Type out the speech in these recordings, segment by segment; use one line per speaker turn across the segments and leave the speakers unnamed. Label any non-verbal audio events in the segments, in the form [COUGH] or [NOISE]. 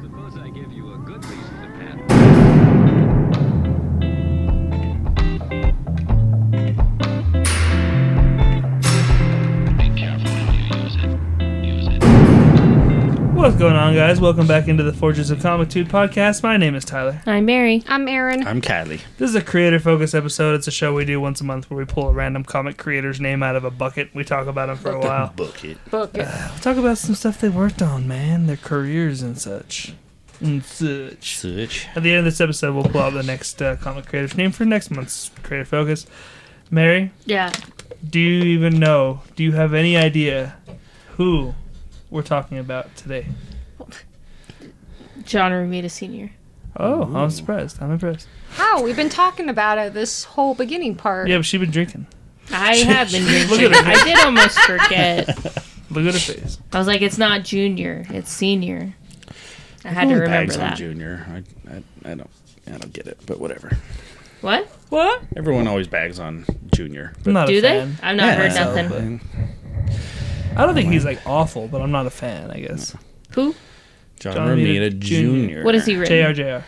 suppose I give you a good reason to pat.
What's going on, guys? Welcome back into the Forges of Comitude podcast. My name is Tyler.
I'm Mary.
I'm Aaron.
I'm Kylie.
This is a creator focused episode. It's a show we do once a month where we pull a random comic creator's name out of a bucket. We talk about them for a while.
Book it.
We'll [CLEARS THROAT] talk about some stuff they worked on, man, their careers and such. And such.
Such.
At the end of this episode, we'll pull out the next uh, comic creator's name for next month's creator focus. Mary,
Yeah.
do you even know? Do you have any idea who we're talking about today?
John Romita Sr.
Oh, I'm surprised. I'm impressed.
How? We've been talking about it this whole beginning part.
Yeah, but she's been drinking.
[LAUGHS] I have been
Look
drinking.
at her.
I did almost forget.
Look at her face.
I was like, it's not junior, it's senior. I had to remember
Bags on
that.
Junior. I, I, I don't. I don't get it, but whatever.
What?
What?
Everyone always bags on Junior.
I'm not
Do
a
they?
fan.
I've not heard nothing.
I don't think he's like awful, but I'm not a fan. I guess.
Who?
John,
John Romita
Romita
Jr..
Jr.
What is he written?
Jr.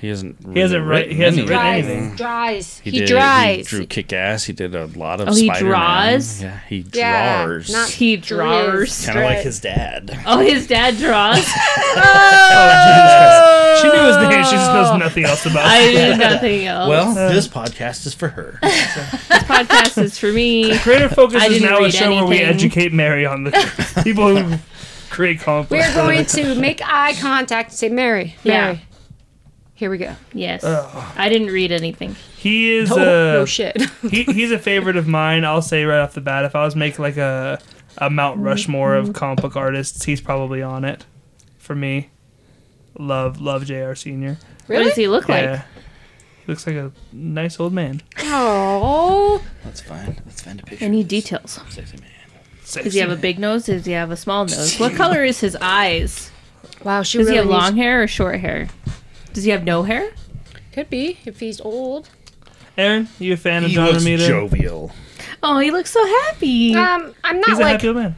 He hasn't. Really
He hasn't write- he hasn't written
Dries.
anything.
Dries. He,
did-
dries.
He drew Kick Ass. He did a lot of.
Oh, he
Spider-Man.
draws?
Yeah, he
Yeah,
draws.
not-
He draws.
Kind of like his dad.
Oh, his dad [LAUGHS] draws. Oh!
She knew his name. She just knows nothing else about.
I
it.
[LAUGHS] did nothing else.
Well,
Uh,
this podcast is
[LAUGHS]
for her.
this podcast is for [LAUGHS] me.
Creator Focus
I
is
didn't
now a
read
show where we
anything.
educate Mary on
[LAUGHS]
the people who create conflict. [LAUGHS]
We're going to make eye contact and say, Mary, Mary.
Yeah.
Here we go.
Yes. I didn't read anything.
He is
No,
uh,
no shit. [LAUGHS]
he, he's a favorite of mine. I'll say right off the bat, if I was make like a a Mount Rushmore
Mm-hmm.
of comic book artists, he's probably on it for me. Love love Jr. Senior.
What does he look like?
Yeah. Looks like a nice old man.
Oh.
Let's find. Let's find a picture.
Any details?
Sexy man.
Does he have a big nose? Does he have a small nose? [LAUGHS] What color is his eyes?
Wow, she
Does
really
he have
needs-
long hair or short hair? Does he have no hair?
Could be if he's old.
Aaron, you a fan of
He
John
looks
Romita?
jovial.
Oh, he looks so happy.
Um, I'm not
He's a
like
happy old man.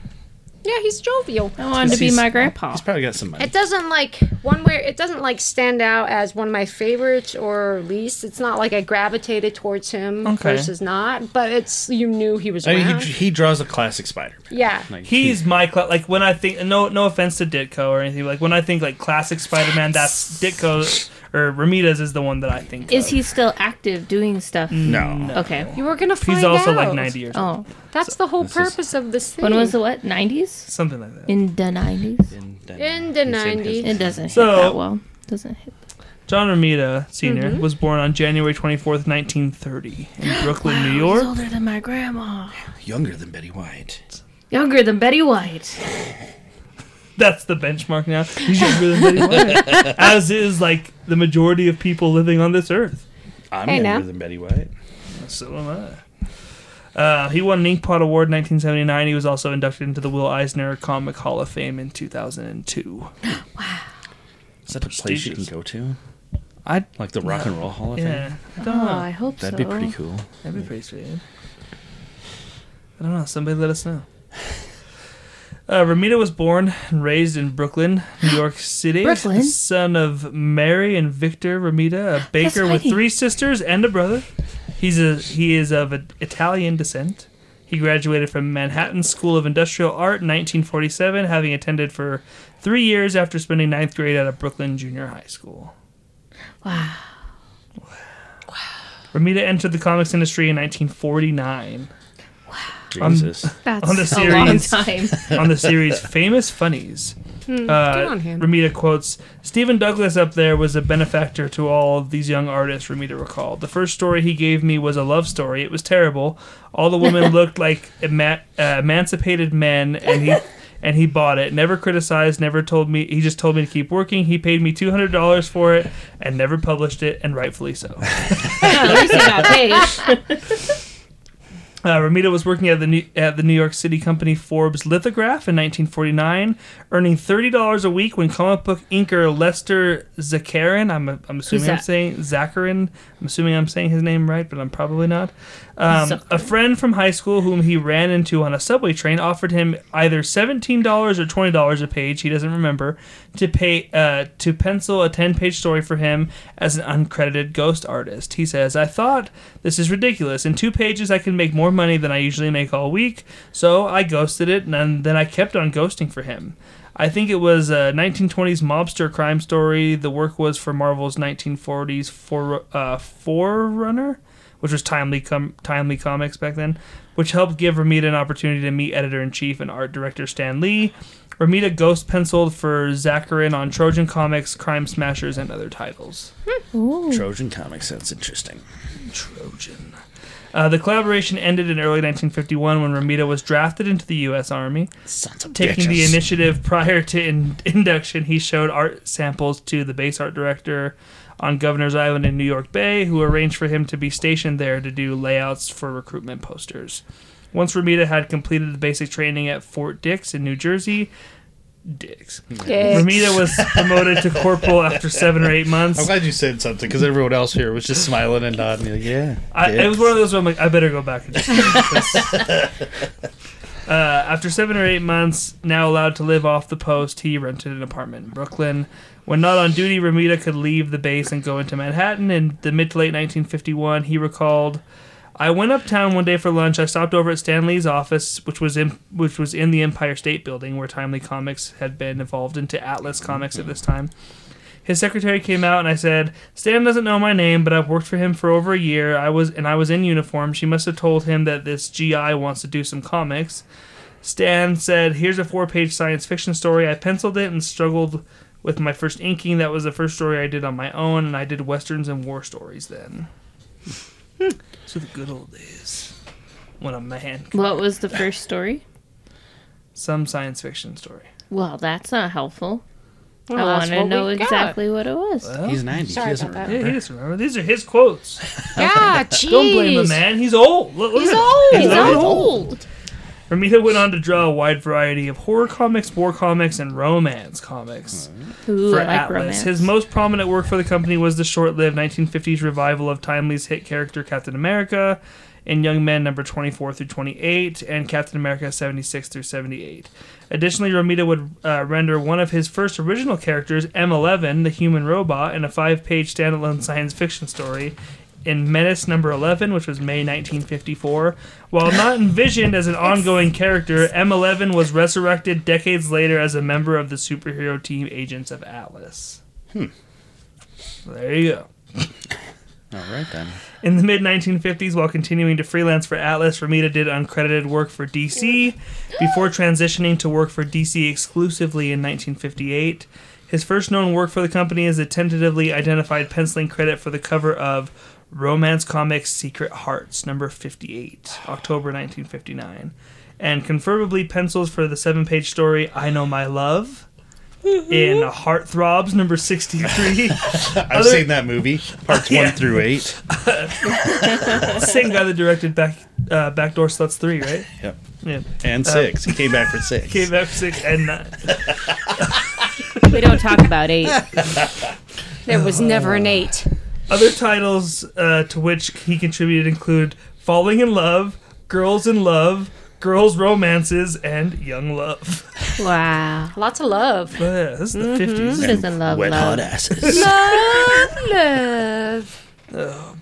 yeah, he's jovial.
I wanted to be
He's-
my grandpa.
He's probably got some money.
It doesn't like one where it doesn't like stand out as one of my favorites or least. It's not like I gravitated towards him
Okay.
versus not, but it's you knew he was
I
around.
mean, he, he draws a classic Spider-Man.
yeah.
Like,
He's my cla- like when I think no no offense to Ditko or anything like when I think like classic Spider Man that's Ditko or Ramita's is the one that I think
Is
of.
he still active doing stuff?
no.
Okay.
You were gonna find
He's also
out.
like ninety years old,
Oh,
That's the whole
is-
purpose of this thing.
when was the what? 90s?
something like that.
In the 90s?
In the,
In the
it's in his-
It
90s.
doesn't
So-
hit that well. Doesn't hit.
John Ramita senior
Mm-hmm.
was born on January twenty fourth, nineteen thirty,
[GASPS]
in Brooklyn, New
He's
York.
older than my grandma.
Younger than Betty White.
Younger than Betty White.
That's the benchmark now. You should really,
[LAUGHS]
really want it. as is like the majority of people living on this earth.
I'm
Hey,
younger
now.
than Betty White.
So am I. Uh, he won an Inkpot Award in 1979. He was also inducted into the Will Eisner Comic Hall of Fame in 2002.
Is that a place you can
Prestigious.
go to?
I
Like the Rock and Roll Hall of Fame?
yeah, I don't
Oh,
know.
I hope
That'd
so.
be pretty cool.
That'd be pretty sweet. I don't know. Somebody let us know. Uh, Ramita was born and raised in Brooklyn, New York City.
Brooklyn?
Son of Mary and Victor Ramita, a baker with
right.
three sisters and a brother. He's a he is of a, Italian descent. He graduated from Manhattan School of Industrial Art in 1947, having attended for three years after spending ninth grade at a Brooklyn junior high school.
Wow.
Ramita entered the comics industry in 1949.
Jesus.
That's
On the
a long
series. [LAUGHS]
time.
on the series Famous Funnies. Uh,
on him.
Ramita quotes Stephen Douglas up there was a benefactor to all of these young artists, Ramita recalled. The first story he gave me was a love story. It was terrible. All the women looked like ema- uh, emancipated men, and he. And he bought it. Never criticized. Never told me. He just told me to keep working. He paid me two hundred dollars for it, and never published it. And rightfully so.
At least he got paid.
Uh, Ramita was working at the New- at the New York City company Forbes Lithograph in 1949, earning thirty dollars a week when comic book inker Lester Zakarin, I'm I'm assuming I'm
that?
saying Zakarin, I'm assuming I'm saying his name right, but I'm probably not, Um,
Sucker.
a friend from high school whom he ran into on a subway train offered him either seventeen dollars or twenty dollars a page. He doesn't remember to pay uh, to pencil a ten-page story for him as an uncredited ghost artist. He says, "I thought this is ridiculous. In two pages, I can make more money than I usually make all week. So I ghosted it, and then- then I kept on ghosting for him." I think it was a 1920s mobster crime story. The work was for Marvel's 1940s for, uh, Forerunner, which was Timely com- Timely Comics back then, which helped give Ramita an opportunity to meet editor in chief and art director Stan Lee. Ramita ghost penciled for Zacharin on Trojan Comics, Crime Smashers, and other titles. Oh.
Trojan comics. That's interesting.
Trojan. Uh, the collaboration ended in early 1951 when Ramita was drafted into the U.S. Army.
Sons of
taking the
bitches.
initiative prior to in- [LAUGHS] induction, he showed art samples to the base art director on Governor's Island in New York Bay, who arranged for him to be stationed there to do layouts for recruitment posters. Once Ramita had completed the basic training at Fort Dix in New Jersey, Dix.
Yeah.
Ramita was promoted to corporal after seven or eight months.
[LAUGHS]
I'm glad you said something because everyone else here was just smiling and nodding. You're like, yeah.
I, it
dick.
was one of those where I'm like, I better go back and just. uh, after seven or eight months, now allowed to live off the post, he rented an apartment in Brooklyn. When not on duty, Ramita could leave the base and go into Manhattan. In the mid to late 1951, he recalled, "I went uptown one day for lunch. I stopped over at Stanley's office, which was in which was in the Empire State Building, where Timely Comics had been evolved into Atlas Comics at this time." His secretary came out and I said, "Stan doesn't know my name, but I've worked for him for over a year. I was and I was in uniform. She must have told him that this GI wants to do some comics." Stan said, "Here's a four-page science fiction story. I penciled it and struggled with my first inking. That was the first story I did on my own, and I did westerns and war stories then." [LAUGHS] so the good old days when a man
[LAUGHS] What was the first story?
some science fiction story.
Well, that's not helpful.
Well,
I
that's
want to
what
know
we got.
exactly what it was.
He's 90.
Sorry
he doesn't
about that.
Yeah, he just remember. These are his quotes.
Yeah, jeez.
Don't blame the man. He's old. Look, look
He's
at him.
old.
He's
He's
old.
old.
Ramita went on to draw a wide variety of horror comics, war comics, and romance comics
Ooh,
for
I like
Atlas.
romance.
His most prominent work for the company was the short-lived 1950s revival of Timely's hit character Captain America in Young Men number 24 through 28 and Captain America 76 through 78. Additionally, Romita would uh, render one of his first original characters, M11, the human robot, in a five-page standalone science fiction story in Menace number 11, which was May 1954. While not envisioned as an ongoing character, M11 was resurrected decades later as a member of the superhero team Agents of Atlas. Hmm. There you go.
All right, then.
In the mid 1950s, while continuing to freelance for Atlas, Ramita did uncredited work for DC before transitioning to work for DC exclusively in 1958. His first known work for the company is a tentatively identified penciling credit for the cover of Romance Comics Secret Hearts, number 58, October 1959, and confirmably pencils for the seven page story I Know My Love in Heartthrobs, number 63.
I've
Other-
seen that movie, parts
[LAUGHS] Yeah.
one through eight.
Same guy that directed Back uh, Backdoor Sluts 3, right?
Yep.
[LAUGHS] Yeah.
And six. he came back for six.
Uh, Came back for six and nine.
we don't talk about eight.
There was never an eight.
Other titles uh, to which he contributed include Falling in Love, Girls in Love, Girls Romances, and Young Love. [LAUGHS] Mm-hmm.
Wow.
Lots of love.
But Oh, yeah, this is the 50s.
Who doesn't love
Wet
love?
hot asses.
Love, love.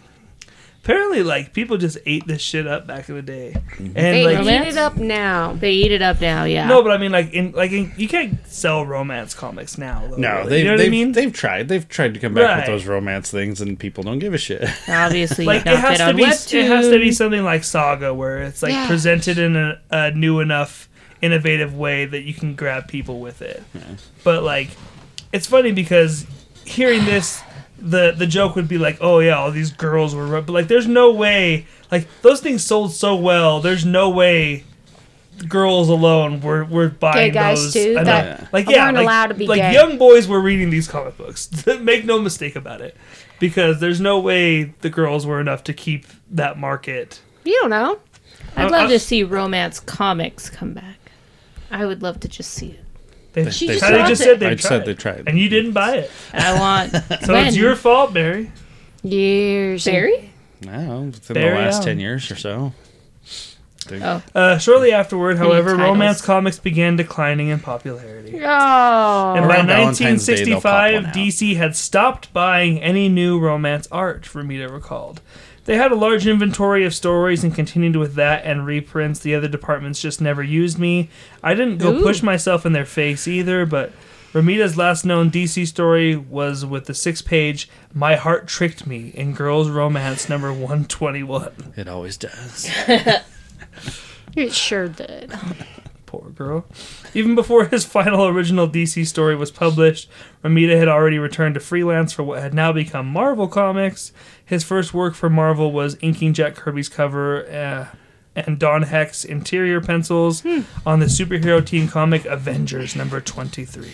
Apparently, like, people just ate this shit up back in the day.
Mm-hmm.
And,
They
like,
eat
romance?
it up now.
They eat it up now, yeah.
no, but I mean, like, in, like in, you can't sell romance comics now. Though,
No,
really.
they,
you know
they've,
what I mean?
they've tried. They've tried to come back
Right.
with those romance things, and people don't give a shit.
Obviously,
like
not
it has
fit
to
on
be
Webtoon.
it has to be something like Saga where it's like
Yeah.
presented in a, a new enough innovative way that you can grab people with it. But like it's funny because hearing this the the joke would be like, "Oh yeah, all these girls were ru-" but like there's no way like those things sold so well. There's no way girls alone were were buying those.
guys too,
I know.
that
like yeah,
weren't
like,
allowed to be
like
gay.
young boys were reading these comic books. [LAUGHS] Make no mistake about it, because there's no way the girls were enough to keep that market.
You don't know.
I-
I'd love
I-
to see romance comics come back. I would love to just see it.
They,
[LAUGHS]
She
they
just
tried- they
wants
just
it.
said they
I
tried,
just said they tried.
and you didn't buy it,
I want.
so it's your fault, Mary.
Years.
Barry.
I don't know, within
Barry
the last
Allen.
10 years or so.
Oh.
Uh, shortly afterward, however,
titles.
romance comics began declining in popularity.
Oh.
And by
Around Valentine's Day, they'll pop one
1965,
out.
DC had stopped buying any new romance art, Romita recalled. They had a large inventory of stories and continued with that and reprints. The other departments just never used me. I didn't go
Ooh.
push myself in their face either, but Romita's last known DC story was with the six page My Heart Tricked Me in Girls Romance number 121.
It always does.
It sure did.
Poor girl. Even before his final original DC story was published, Ramita had already returned to freelance for what had now become Marvel Comics. His first work for Marvel was inking Jack Kirby's cover uh, and Don Heck's interior pencils on the superhero team comic Avengers number 23.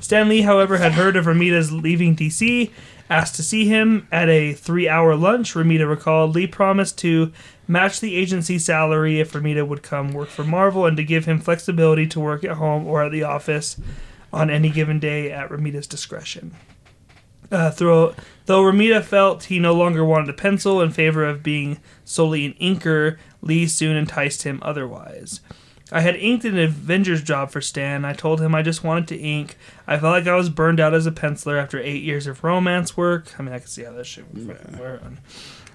Stan Lee, however, had heard of Ramita's leaving DC, asked to see him at a three hour lunch. Ramita recalled Lee promised to match the agency salary if Ramita would come work for Marvel and to give him flexibility to work at home or at the office on any given day at Ramita's discretion. Uh, through, though Ramita felt he no longer wanted a pencil in favor of being solely an inker, Lee soon enticed him otherwise. I had inked an Avengers job for Stan. I told him I just wanted to ink. I felt like I was burned out as a penciler after eight years of romance work. I mean, I can see how that shit would fucking work.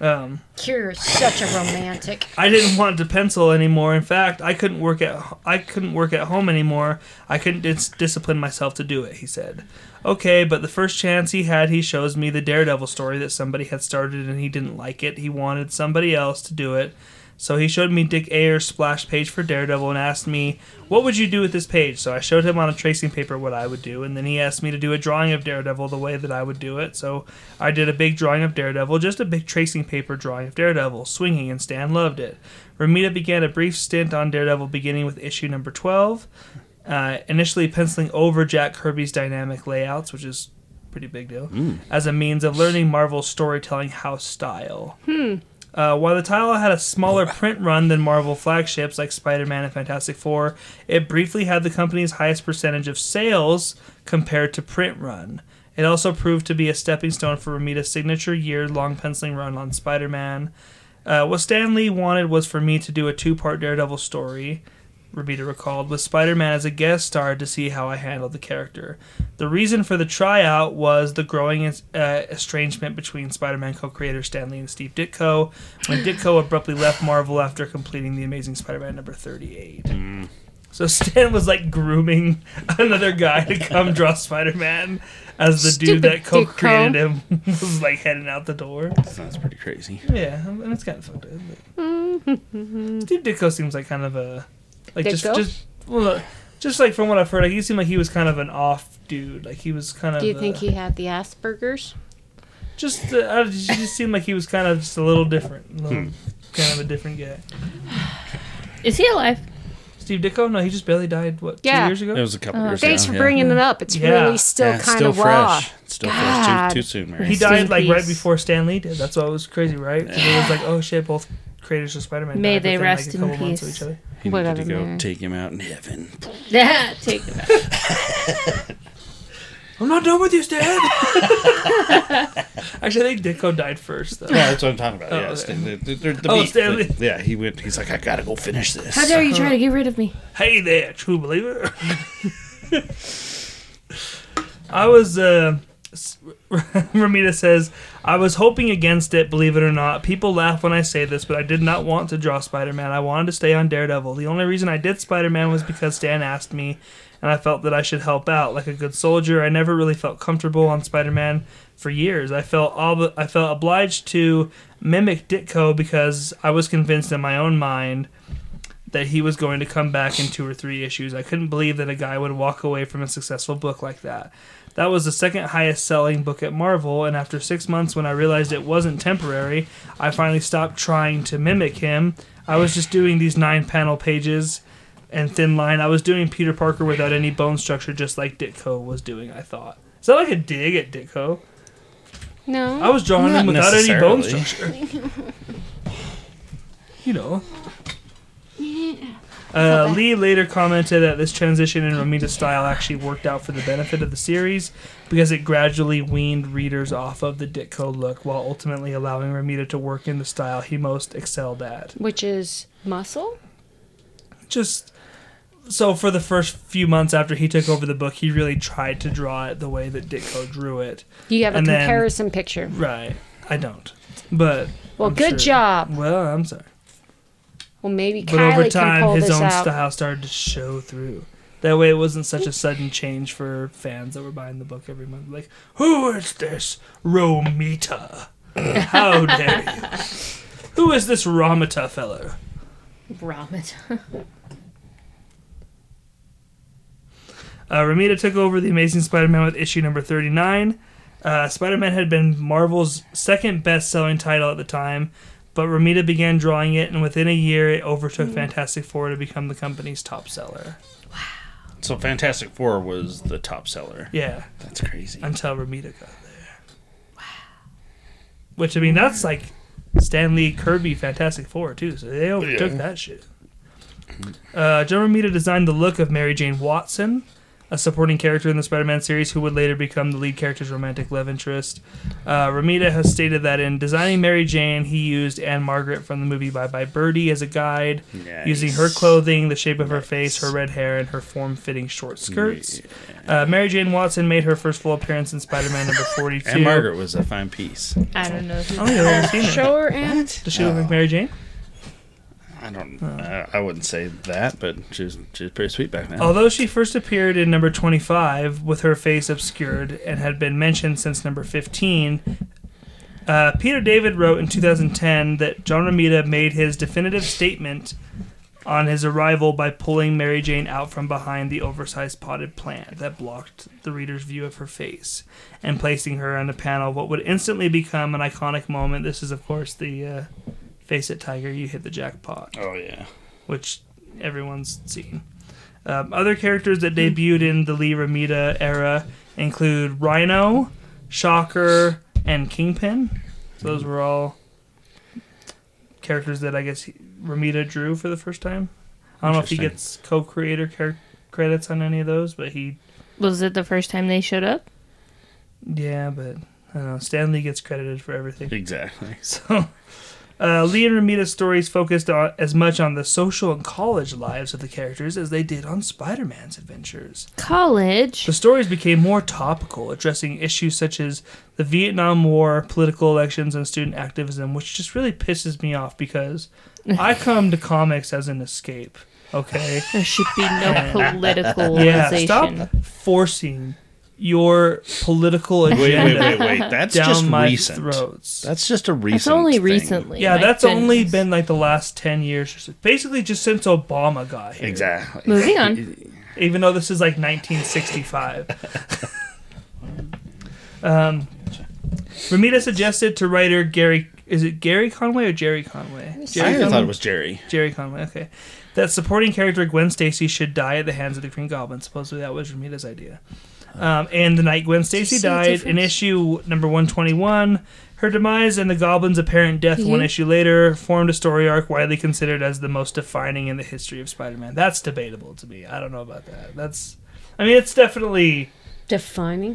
Um,
You're such a romantic.
I didn't want to pencil anymore. In fact, I couldn't work at I couldn't work at home anymore. I couldn't dis- discipline myself to do it. He said, "Okay, but the first chance he had, he shows me the Daredevil story that somebody had started and he didn't like it. He wanted somebody else to do it." So he showed me Dick Ayer's splash page for Daredevil and asked me, "What would you do with this page?" So I showed him on a tracing paper what I would do, and then he asked me to do a drawing of Daredevil the way that I would do it. So I did a big drawing of Daredevil, just a big tracing paper drawing of Daredevil swinging, and Stan loved it. Ramita began a brief stint on Daredevil, beginning with issue number twelve, uh, initially penciling over Jack Kirby's dynamic layouts, which is pretty big deal, as a means of learning Marvel's storytelling house style. Uh, while the title had a smaller print run than Marvel flagships like Spider Man and Fantastic Four, it briefly had the company's highest percentage of sales compared to print run. It also proved to be a stepping stone for Ramita's signature year long penciling run on Spider Man. Uh, what Stan Lee wanted was for me to do a two part Daredevil story. Rabita recalled, with Spider Man as a guest star to see how I handled the character. The reason for the tryout was the growing uh, estrangement between Spider Man co creator Stanley and Steve Ditko
[SIGHS]
when Ditko abruptly left Marvel after completing The Amazing Spider Man number 38.
Hmm.
So Stan was like grooming [LAUGHS] another guy to come draw Spider Man as the dude
Stupid
that co created
Ditko.
him [LAUGHS] was like heading out the door.
That's pretty crazy.
Yeah, and it's kind of fucked up. But...
Mm-hmm.
Steve Ditko seems like kind of a like just
Ditko?
just well, just like from what I've heard, like he seemed like he was kind of an off dude. Like he was kind of.
Do you think
uh,
he had the Asperger's?
just? Uh, I don't- he just seemed like he was kind of just a little different, a little, kind of a different guy.
Is he alive?
Steve Ditko? No, he just barely died. What?
Yeah.
two years ago.
It was a couple years
Uh, Thanks
ago,
for
yeah.
bringing it up. It's
Yeah.
really still
Yeah, it's
kind
still
of raw.
fresh. It's still
God.
fresh. Too, too soon, Mary.
he
Rest in
died like right
peace.
before Stan Lee did. That's why it was crazy, right? 'Cause It was like, oh shit, both creators of Spider-Man.
May
died
they
within,
rest
like, a
in
couple months of
peace.
each other.
He needed
Whatever,
to go
Mary.
take him out in heaven.
[LAUGHS]
Yeah, [LAUGHS] take it back.
I'm not done with you,
[LAUGHS]
Stan. Actually, I think Ditko died first, though.
Yeah, that's what I'm talking about.
Oh,
yeah,
okay.
Stan- the- the- the- the
Oh,
beat,
Stanley.
but- yeah, he went. He's like, I gotta go finish this.
How dare you try to get rid of me?
Hey there, true believer. I was, uh, s- [LAUGHS] Ramita says, I was hoping against it, believe it or not. People laugh when I say this, but I did not want to draw Spider Man. I wanted to stay on Daredevil. The only reason I did Spider Man was because Stan asked me, and I felt that I should help out. Like a good soldier, I never really felt comfortable on Spider Man for years. I felt ob- I felt obliged to mimic Ditko because I was convinced in my own mind that he was going to come back in two or three issues. I couldn't believe that a guy would walk away from a successful book like that. That was the second highest selling book at Marvel, and after six months, when I realized it wasn't temporary, I finally stopped trying to mimic him. I was just doing these nine panel pages and thin line. I was doing Peter Parker without any bone structure, just like Ditko was doing, I thought. Is that like a dig at Ditko?
No.
I was drawing
Not
him without any bone
necessarily.
structure. you know. Uh, Lee later commented that this transition in Romita's style actually worked out for the benefit of the series because it gradually weaned readers off of the Ditko look while ultimately allowing Romita to work in the style he most excelled at.
Which is muscle?
Just so for the first few months after he took over the book, he really tried to draw it the way that Ditko drew it.
You have a
And then-
comparison picture.
Right. I don't. But
Well,
I'm
good
sure-
job.
Well, I'm sorry.
Well, maybe
But
Kylie
over
can pull
time, his
this
own
out.
style started to show through. That way, it wasn't such a sudden change for fans that were buying the book every month. Like, who is this Romita?
[LAUGHS]
How dare you? Who is this Romita fellow?
[LAUGHS]
Ramen.
Uh, Romita took over the Amazing Spider-Man with issue number 39. Uh, Spider-Man had been Marvel's second best-selling title at the time, but Romita began drawing it, and within a year, it overtook
Hmm.
Fantastic Four to become the company's top seller.
So Fantastic Four was the top seller.
Yeah.
That's crazy.
until Ramita got there. Which I mean, that's like Stan Lee, Kirby, Fantastic Four too. So they overtook
Yeah.
that shit. Uh, John Romita designed the look of Mary Jane Watson, a supporting character in the Spider-Man series, who would later become the lead character's romantic love interest. Uh, Romita has stated that in designing Mary Jane, he used Anne Margaret from the movie Bye Bye Birdie as a guide, using her
Nice.
clothing, the shape of her face, her red hair, and her form-fitting short skirts. Uh, Mary Jane Watson made her first full appearance in Spider-Man number 42.
And Margaret was a fine piece.
I don't know. Who
Oh, yeah, I've seen her. [LAUGHS]
Show her and
Does she look like Mary Jane?
I don't.
Oh.
I, I wouldn't say that, but she was she was pretty sweet back then.
Although she first appeared in number 25 with her face obscured and had been mentioned since number 15, uh, Peter David wrote in 2010 that John Romita made his definitive statement on his arrival by pulling Mary Jane out from behind the oversized potted plant that blocked the reader's view of her face and placing her on a panel of what would instantly become an iconic moment. This is, of course, the uh, Face It Tiger, You Hit the Jackpot
oh yeah.
which everyone's seen. Um, other characters that debuted in the Lee Ramita era include Rhino, Shocker, and Kingpin. So those were all characters that I guess he- Ramita drew for the first time. I don't know if he
Interesting.
gets co-creator char- credits on any of those, but he,
Was it the first time they showed up?
yeah, but I don't know. Stan Lee gets credited for everything. [LAUGHS]
Exactly.
So, uh, Lee and Ramita's stories focused on, as much on the social and college lives of the characters as they did on Spider Man's adventures.
College.
The stories became more topical, addressing issues such as the Vietnam War, political elections, and student activism, which just really pisses me off because I come to comics as an escape, okay?
There should
[LAUGHS]
be no politicalization.
Yeah, stop forcing your political agenda
Wait, wait, wait, wait. That's
down
just
my
recent.
throats.
That's just a recent.
It's only
thing.
recently.
Yeah,
my
that's only
goodness.
been like the last 10 years. or so. Basically, just since Obama got here.
Exactly.
Moving on.
Even though this is like [LAUGHS] 1965. um, Ramita suggested to writer Gary. Is it Gary Conway or Jerry Conway? Jerry
I
Conway?
thought it was Jerry.
Jerry Conway, okay. That supporting character Gwen Stacy should die at the hands of the Green Goblin. Supposedly that was Ramita's idea. Um, and the night Gwen Stacy
see the
died, in
difference?
issue number 121, her demise and the Goblin's apparent death one issue later formed a story arc widely considered as the most defining in the history of Spider Man. That's debatable to me. I don't know about that. That's. I mean, it's definitely.
defining.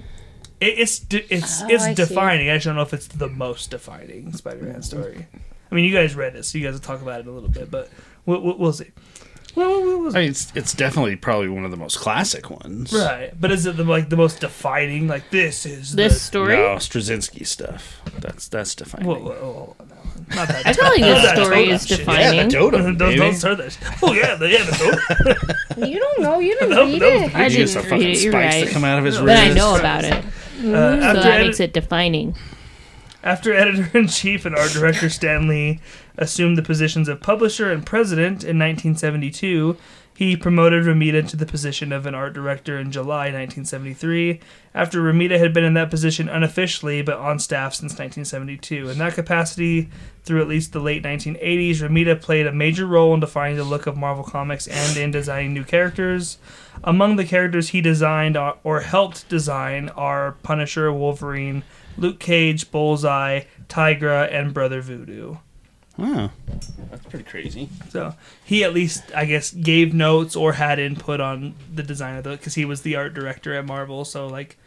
It, it's de- it's
Oh,
it's
I see. Mm-hmm.
defining. I just don't know if it's the most defining Spider-Man story. I mean, you guys read it, so you guys will talk about it a little bit, but we'll, we'll, we'll see. We'll, we'll, we'll see.
I mean, it's it's definitely probably one of the most classic ones.
Right, but is it the like the most defining? Like this is
This story.
No, Straczynski stuff. That's that's
The,
defining.
whoa, whoa, whoa, no, not
I
[LAUGHS]
that. [LAUGHS]
feel like this
That's
story
total
is
shit.
yeah, the
defining.
Dotem.
don't,
baby.
don't start this. Oh yeah, the, yeah, the
[LAUGHS]
dope.
You don't know.
[LAUGHS]
You didn't
No,
read
no.
it.
I
He used
didn't read
the fucking
it. You're
spikes
right.
that come out of his
But I
[LAUGHS]
wrist.
know about it, so
Uh, after
that
edit-
makes it defining.
After editor in chief and art director Stan Lee assumed the positions of publisher and president in 1972, he promoted Ramita to the position of an art director in July 1973, after Ramita had been in that position unofficially but on staff since 1972. In that capacity, through at least the late 1980s, Ramita played a major role in defining the look of Marvel Comics and in designing new characters. Among the characters he designed or- or helped design are Punisher, Wolverine, Luke Cage, Bullseye, Tigra, and Brother Voodoo.
Wow. That's pretty crazy.
So he at least, I guess, gave notes or had input on the design of the because he was the art director at Marvel. So like,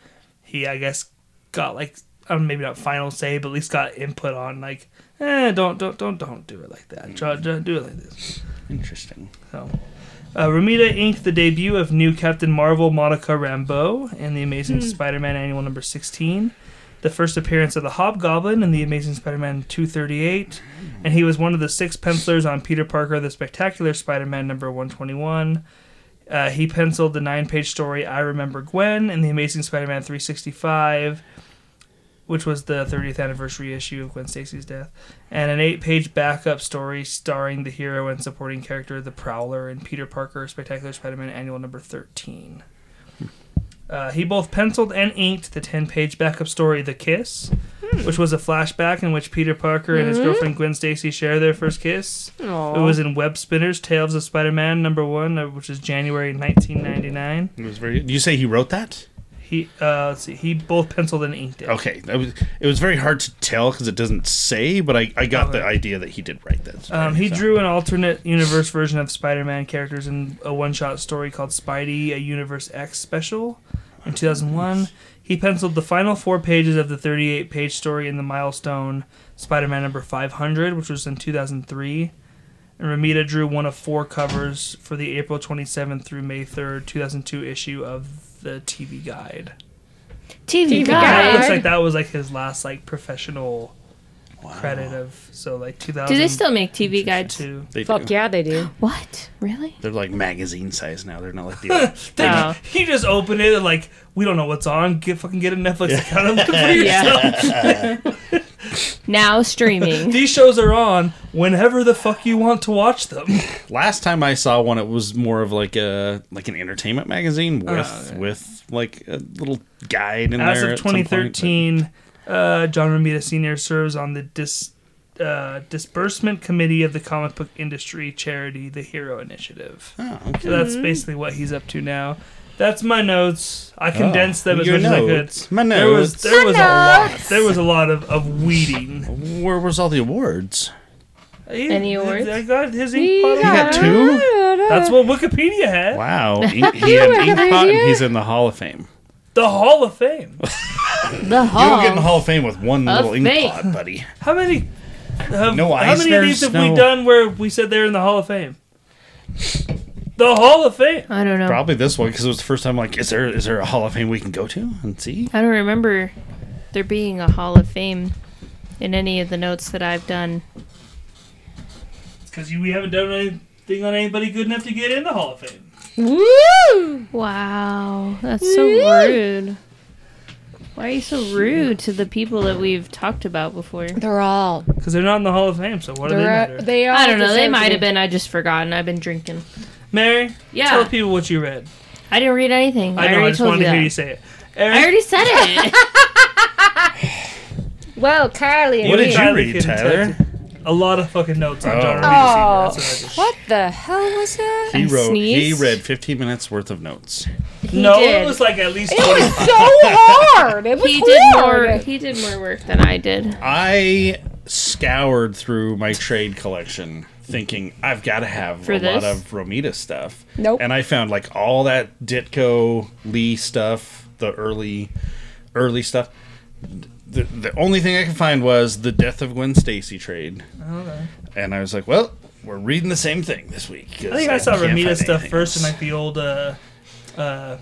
he I guess got like I don't maybe not final say, but at least got input on like, eh, don't don't don't don't do it like that. Try, don't do it like this.
Interesting.
So, uh, Ramita inked the debut of new Captain Marvel Monica Rambeau in the Amazing Spider-Man Annual Number 16, the first appearance of the Hobgoblin in the Amazing Spider-Man 238, and he was one of the six pencilers on Peter Parker the Spectacular Spider-Man Number 121. Uh, he penciled the nine-page story "I Remember Gwen" in the Amazing Spider-Man 365, which was the 30th anniversary issue of Gwen Stacy's death, and an eight-page backup story starring the hero and supporting character the Prowler and Peter Parker, Spectacular Spider-Man Annual Number 13. Uh, he both penciled and inked the 10-page backup story "The Kiss," which was a flashback in which Peter Parker and his girlfriend Gwen Stacy share their first kiss.
Aw.
It was in Web Spinners Tales of Spider-Man number one, uh, which is January 1999.
It was very. You say he wrote that?
He uh, let's see, he both penciled and inked it.
Okay. That was. It was very hard to tell because it doesn't say, but I, I got the
Okay.
idea that he did write that.
Um, he
So-
drew an alternate universe version of Spider-Man characters in a one-shot story called Spidey: A Universe X Special in 2001. He penciled the final four pages of the 38-page story in the milestone Spider-Man number 500, which was in 2003. And Ramita drew one of four covers for the April 27th through May 3rd, 2002 issue of the TV Guide.
TV,
And it
guide.
guide.
looks like that was like his last like professional credit of so like 2000.
Do they still make TV guides?
two.
They do.
Fuck yeah, they do.
What? Really?
They're like magazine size now. They're not like
[LAUGHS]
the. old-
They,
Oh. [LAUGHS]
He just opened it and like we don't know what's on. Get fucking get a Netflix account
[LAUGHS]
and look for yourself. [LAUGHS]
Now streaming.
These shows are on whenever the fuck you want to watch them.
Last time I saw one, it was more of like a like an entertainment magazine with
okay.
with like a little guide in
Oh, As of
there. at some point, but-
2013, uh, John Romita Sr. serves on the dis, uh, disbursement committee of the comic book industry charity, the Hero Initiative.
Oh, okay.
So that's basically what he's up to now. That's my notes. I condensed them as
Oh, Your
much as I
notes.
could.
My
There was
notes.
there was a lot. There was a lot of, of weeding.
Where was all the awards?
Any awards?
I got his ink bottle.
He had two.
That's what Wikipedia had.
[LAUGHS]
Wow, he, he had Inkpot, and he's in the Hall of Fame.
The Hall of Fame.
the
You don't get in the
Hall.
Hall of Fame with one
Of
little
Fame.
Inkpot, buddy.
How many? Have,
No
how many of these
Eisners,
have we
no-
done where we said they're in the Hall of Fame? The Hall of Fame.
I don't know.
Probably this one because it was the first time. Like, is there is there a Hall of Fame we can go to and see?
I don't remember there being a Hall of Fame in any of the notes that I've done.
Because we haven't done anything on anybody good enough to get in the Hall of Fame.
Woo!
Wow, that's so rude. Why are you so rude to the people that we've talked about before?
They're all.
Because they're not in the Hall of Fame, so what do they
They're,
matter?
uh, they all.
I don't know. They
deserve to
might
be-
have been. I just forgotten. I've been drinking.
Mary,
Yeah.
tell the people what you read.
I didn't read anything.
I
I,
know, I
already
just
told
wanted
you
to
that.
hear you say it.
I
Eric,
already said it.
[LAUGHS]
Well, Carly and
What did
me.
you
Tyler
read,
can
Tyler?
text it. A lot of fucking notes on John
Oh.
Romita Sr. That's what I did.
What the hell
[LAUGHS]
was that?
He
I
wrote. He
sneezed.
read 15 minutes worth of notes.
He
no,
did.
it was like at least
It was so hard. It was
he did
hard.
more. He did more work than I did.
I scoured through my trade collection thinking I've got to have
For
a lot
this?
of Romita stuff.
Nope.
And I found like all that Ditko Lee stuff, the early, early stuff. The, the only thing I could find was the Death of Gwen Stacy trade. Okay. And I was like, well, we're reading the same thing this week. 'cause
I think I saw
can't
Ramita
find
stuff
anything
first in
else.
like the old uh, uh,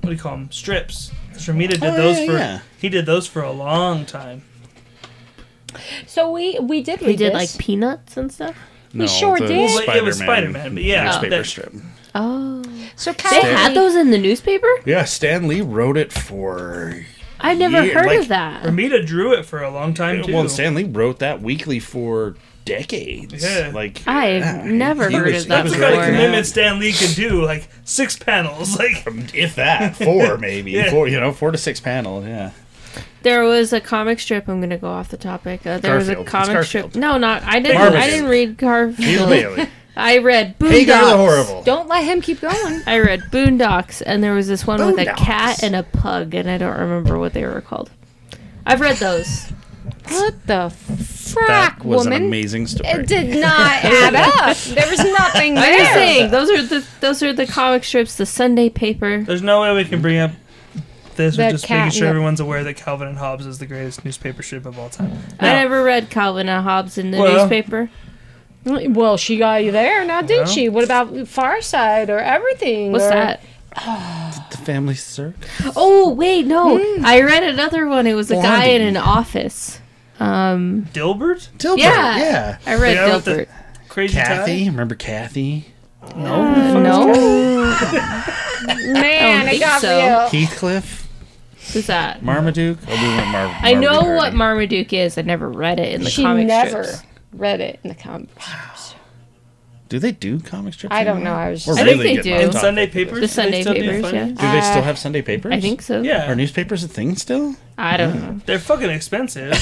what do you call them strips. 'Cause Ramita did
Oh,
those
yeah,
for
yeah.
he did those for a long time.
So we we did read
He did
this.
like peanuts and stuff.
no,
sure
the
did. Well,
but it was Spider-Man, but yeah,
newspaper
that-
strip.
Oh,
so
they
Carly,
had those in the newspaper.
Yeah, Stan Lee wrote it for
I've never
Yeah,
heard
like-
of that.
Ramita drew it for a long time too.
Well, Stan Lee wrote that weekly for decades.
Yeah.
Like
I've never
he
heard
was-
of
that
that
That's
was
the kind of
right.
before.
commitment Stan Lee could do, like six panels. [LAUGHS] Like
if
[LAUGHS]
that four maybe
Yeah.
four you know four to six panels yeah
There was a comic strip. I'm gonna go off the topic. Uh, there
Garfield.
was a
It's
comic
Garfield.
strip. No, not I didn't.
Marmaduke.
I didn't read
Neil [LAUGHS]
Garfield.
Bailey
I read Boondocks.
Hagar the horrible
don't let him keep going.
I read Boondocks, and there was this one with a
Boondocks.
cat and a pug, and I don't remember what they were called. I've read those.
What the crack,
that was
woman.
an amazing story.
It
[LAUGHS]
did not add up. There was nothing
I'm just
there.
saying, those are the those are the comic strips, the Sunday paper.
There's no way we can bring up this
The
with just making sure
catnip.
everyone's aware that Calvin and Hobbes is the greatest newspaper strip of all time.
I
Now-
never read Calvin and Hobbes in the
Well-
newspaper.
Well, she got you there now, didn't
Well.
she? What about Far Side or everything?
What's
or-
that?
the family circus.
Oh wait, no.
Hmm.
I read another one. It was a guy in an office. Um,
Dilbert?
Dilbert,
Yeah.
yeah.
I read
Yeah, with the-
Dilbert.
Crazy
Kathy, remember Kathy?
Uh, no,
Man,
don't
it
think
got
so.
real.
Heathcliff,
who's that? [GASPS]
Marmaduke. Oh, we went Mar-
I know
Marmaduke
what
already.
Marmaduke is. I never read it in the
She
comic
never
strips.
read it in the comic strips.
do they do comic strips?
I don't
anymore?
know. I was
We're
just,
I think
really
they
getting
do.
off
And
topic
Sunday
with this.
papers?
The
Do they
Sunday
still do
papers,
funny?
Do they
Uh,
still have Sunday papers?
I think so.
Yeah.
Are newspapers a thing still?
I don't know.
They're fucking expensive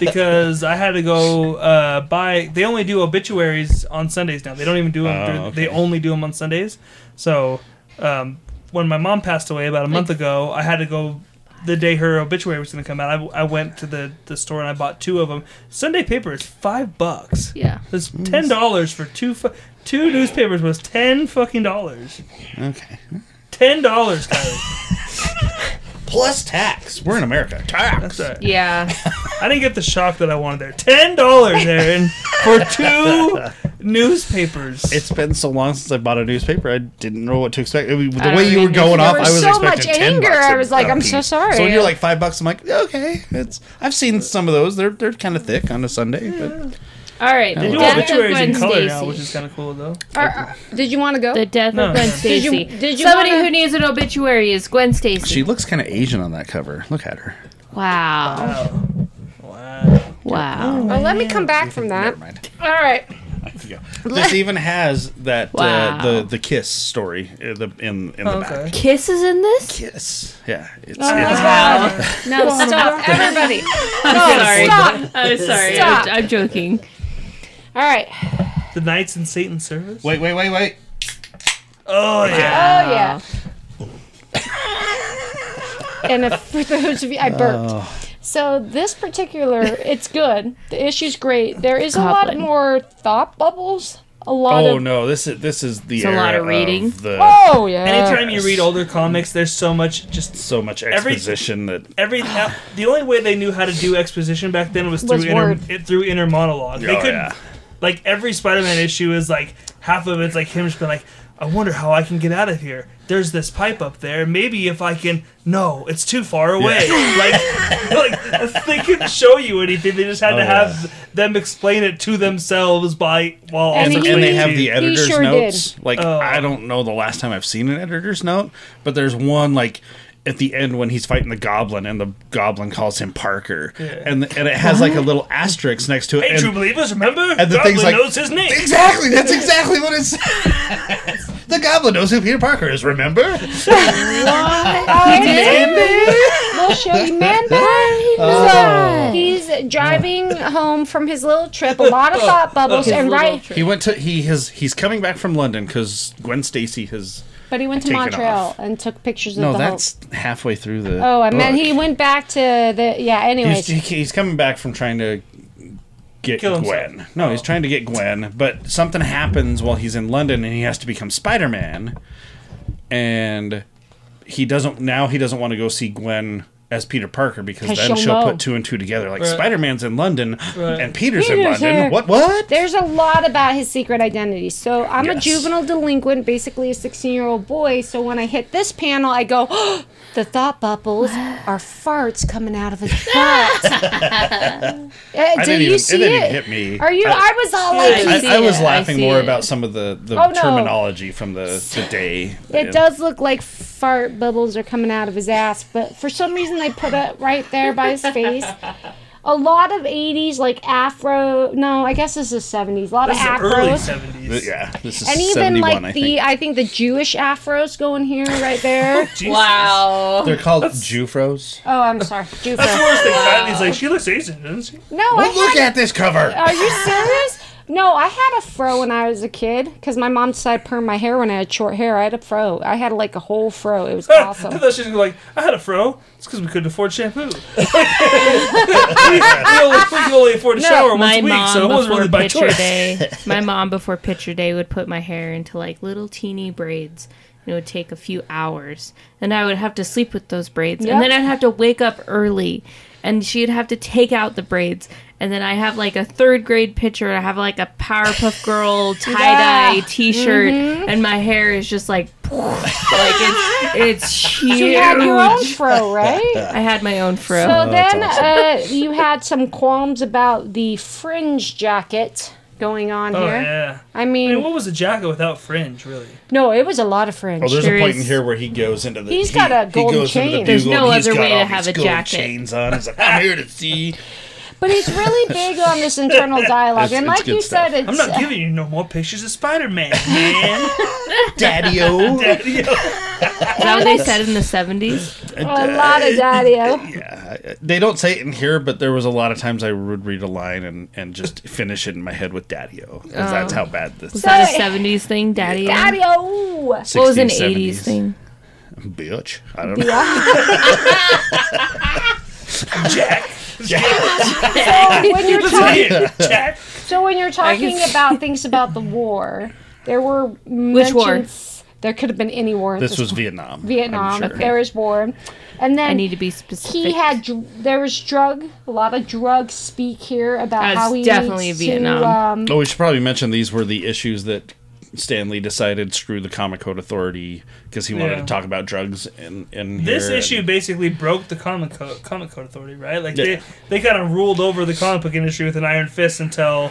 because I had to go uh, buy. They only do obituaries on Sundays now. They don't even do them.
Oh,
during,
okay.
They only do them on Sundays. So um, when my mom passed away about a month ago, I had to go the day her obituary was going to come out. I, I went to the, the store and I bought two of them. Sunday paper is five bucks.
Yeah.
It's ten dollars for two. Fu- two newspapers was ten fucking dollars.
Okay.
Ten dollars, Kylie.
Plus tax. We're in America. Tax.
That's all right.
Yeah.
[LAUGHS] I didn't get the shock that I wanted there. Ten dollars, Aaron, for two newspapers.
It's been so long since I bought a newspaper. I didn't know what to expect. I mean,
I
the
don't
way you were
read
going
newspapers.
off,
Uh, There
I
was
was
so
expecting
much
10
anger.
bucks
I
a-
was like,
a
I'm so
piece.
sorry.
So when you're like five bucks, I'm like, okay. It's I've seen some of those. They're they're kind of thick on a Sunday, but
All right. The
they do
death of
obituaries
Gwen
in color now, which is
Stacy.
kind of cool though.
Or- or- did you want to go?
The death
No,
of
[LAUGHS]
Gwen
no.
Did you-
Stacy.
did you
Somebody
wanna-
who needs an obituary is Gwen Stacy.
she looks kind of Asian on that cover. Look at her.
wow.
Wow. Wow.
Wow.
well, let me come back from that.
Never mind.
All right.
Yeah. [LAUGHS] This even has that
Wow.
uh, the the kiss story in the in, in the
Okay.
back.
Kiss is in this?
Kiss. Yeah. It's,
Oh my
it's
God. No, stop, everybody. No,
sorry.
stop.
I'm Oh, sorry.
Stop.
I'm, I'm joking.
All right.
The knights in Satan's service.
Wait, wait, wait, wait.
Oh yeah.
Oh yeah. and if, for those of you, I burped.
Oh.
So this particular, it's good. The issue's great. There is a lot
Goblin.
more thought bubbles. A lot
Oh
of
no, this is this is the
a
era
lot of reading.
the
oh yeah.
Anytime you read older comics, there's so much just
so much exposition that
[SIGHS]
every. the only way they knew how to do exposition back then was through
Was
inner,
word.
it, through inner monologue. They
Oh,
could
yeah.
like every Spider-Man issue is like half of it's like him just being like, I wonder how I can get out of here. There's this pipe up there. Maybe if I can, no, it's too far away.
[LAUGHS]
like, like they couldn't show you anything. They just had to
Oh, yeah.
have them explain it to themselves by while
And
also
he-
and
explaining
they have
to
the
you.
editor's
sure
notes. Like
Oh.
I don't know the last time I've seen an editor's note, but there's one like at the end when he's fighting the goblin and the goblin calls him Parker, and and it has like a little asterisk next to it.
Hey,
and-
true believers, remember?
and the
Goblin
thing's like-
knows his name.
exactly, that's exactly what it's. [LAUGHS] the goblin knows who Peter Parker is. Remember?
Oh, [LAUGHS] We'll show
[LAUGHS]
you man So he's driving home from his little trip, a lot of thought bubbles, and right,
He went to he has he's coming back from London because Gwen Stacy has.
but he went to
Taken
Montreal
off.
and took pictures of
No,
the
that's halfway through the.
whole. Oh, I meant
book.
he went back to the yeah. Anyways,
He's, he's coming back from trying to get
Kill himself.
Gwen. No, he's trying to get Gwen, but something happens while he's in London and he has to become Spider Man. And he doesn't now he doesn't want to go see Gwen as Peter Parker because
'Cause
then she'll,
she'll know.
put two and two together. Like Spider Man's in London and Peter's, in
Peter's
London.
here.
What what?
There's a lot about his secret identity. So I'm a
Yes.
juvenile delinquent, basically a 16 year old boy. So when I hit this panel, I go, [GASPS] oh, the
[GASPS]
thought bubbles are farts coming
[LAUGHS]
out of his butt. Uh,
I
did
didn't
you
even, it
see it?
didn't even hit me.
Are you?
I,
I was all like,
I
I,
see
I was
it, I
laughing
see
more
it.
about some of the, the
Oh, no.
terminology from the, the day.
it does look like fart bubbles are coming out of his ass, but for some reason they put it right there by his
[LAUGHS]
face. A lot of 80s, like afro. No, I guess this is 70s. A lot
This
of
is
afros.
early 70s.
Yeah, this is
and even
71,
like
I
the
think.
I think the Jewish afros going here right
[LAUGHS]
there.
Jesus.
Wow. [LAUGHS]
They're called Jufros.
oh, I'm sorry, Jufro.
First thing, Kylie's like, she looks Asian, doesn't she?
No, I
Uh,
Well, look at this cover.
Are you serious? No, I had a fro when I was a kid because my mom decided to perm my hair when I had short hair. I had a fro. I had like a whole fro.
[LAUGHS]
It was
I
awesome.
thought she was gonna be like, I had a fro. It's because we couldn't afford shampoo. [LAUGHS] we, only, we could only afford to shower once
my
a week,
mom
so it wasn't
before
really by
picture
choice. [LAUGHS]
day, my mom before picture day would put my hair into like little teeny braids. and It would take a few hours, and I would have to sleep with those braids,
Yep.
and then I'd have to wake up early, and she'd have to take out the braids, and then I have like a third grade picture. I have like a Powerpuff
[LAUGHS]
Girl tie dye
Yeah. Mm-hmm.
T-shirt, and my hair is just like, [LAUGHS] like it's it's huge.
You had your own
[LAUGHS]
fro,
[LAUGHS]
right?
I had my own fro.
Oh,
So then uh, you had some qualms about the fringe jacket going on
Oh
here.
yeah.
I
I mean,
mean,
what was a jacket without fringe, really?
no, it was a lot of fringe.
Well, Oh, there's
Sure
a point
is.
in here where he goes into the.
He's
he-
got a
he
golden
goes into the
chain. There's
bugle
no
and he's
other
got
way to
all
have
these
a
gold
jacket.
Chains on.
[LAUGHS]
He's like, I'm here to see.
But
[LAUGHS]
he's really big on this internal dialogue,
It's-
and
it's
like
good
you
stuff.
said,
I'm
it's
not
[LAUGHS]
giving you no more pictures of Spider-Man, man.
[LAUGHS]
Daddy-o.
Is that what they said in the seventies?
a lot
[LAUGHS]
of daddy.
They don't say it in here, but there was a lot of times I would read a line and, and just finish it in my head with daddy-o. 'cause
Oh.
that's how bad this
Was that a
Sorry.
seventies thing, Daddy?
Daddy,
[LAUGHS]
oh,
What was an
60s,
eighties
70s.
thing?
Bitch. I don't know.
yeah.
[LAUGHS]
so when you're talking,
Jack.
so when you're talking
[LAUGHS]
about things about the war, there were
Which war?
mentions- There could have been any war. at
This was Vietnam.
Vietnam.
I'm sure.
There was war, and then
I need to be specific.
he had dr- there was drug a lot of drug speak here about
That's
how he
definitely
needs
Vietnam.
To,
Oh,
um,
we should probably mention these were the issues that Stanley decided screw the Comic Code Authority because he wanted
Yeah.
to talk about drugs in, in
This
here, and-
issue basically broke the comic code, comic code authority, right? Like
Yeah.
they, they kind of ruled over the comic book industry with an iron fist until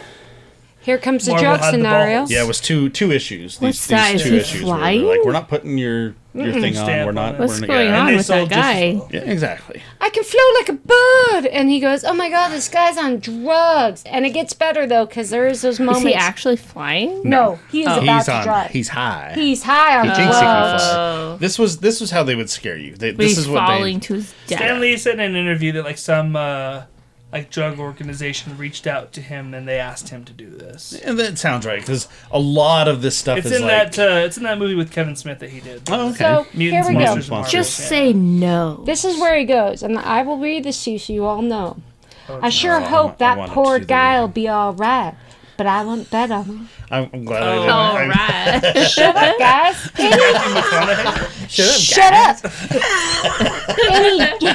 here comes the
Marvel
drug
had the
scenario.
balls.
Yeah, it was two two issues. These,
What's
these
that? Is
two
he
issues. where
flying?
they're like we're not putting your your thing on.
Stamp
We're
on
not.
it.
What's
we're
going
yeah.
on
they
with that
sold just as
guy?
well.
Yeah, exactly.
I can flow like a bird. And he goes, Oh my God, this guy's on drugs. And it gets better though, because there is those
Is
moments.
he actually flying?
no, he is about
Oh. He's
to
on.
drive.
He's high.
He's high on
he thinks he can
drugs.
fly. This was this was how they would scare you. They,
But
this
he's
is what
falling
they.
to his death.
Stan Lee said in an interview that like some uh, like drug organization reached out to him and they asked him to do this.
And that sounds right because a lot of this stuff
It's
is
in
like.
that uh, it's in that movie with Kevin Smith that he did.
oh, okay.
So
Mutants,
here we go.
Monsters, and
Monsters.
Just
Marvels.
say no.
This is where he goes. And I will read this to you so you all know. I sure
Oh, I
hope that
wanted
poor
to do
guy
that.
will be all right. But I want better.
I'm I'm
Oh,
glad I
All
didn't. I'm-
right.
Shut [LAUGHS] up, guys.
Shut up.
[LAUGHS] Shut up. Any,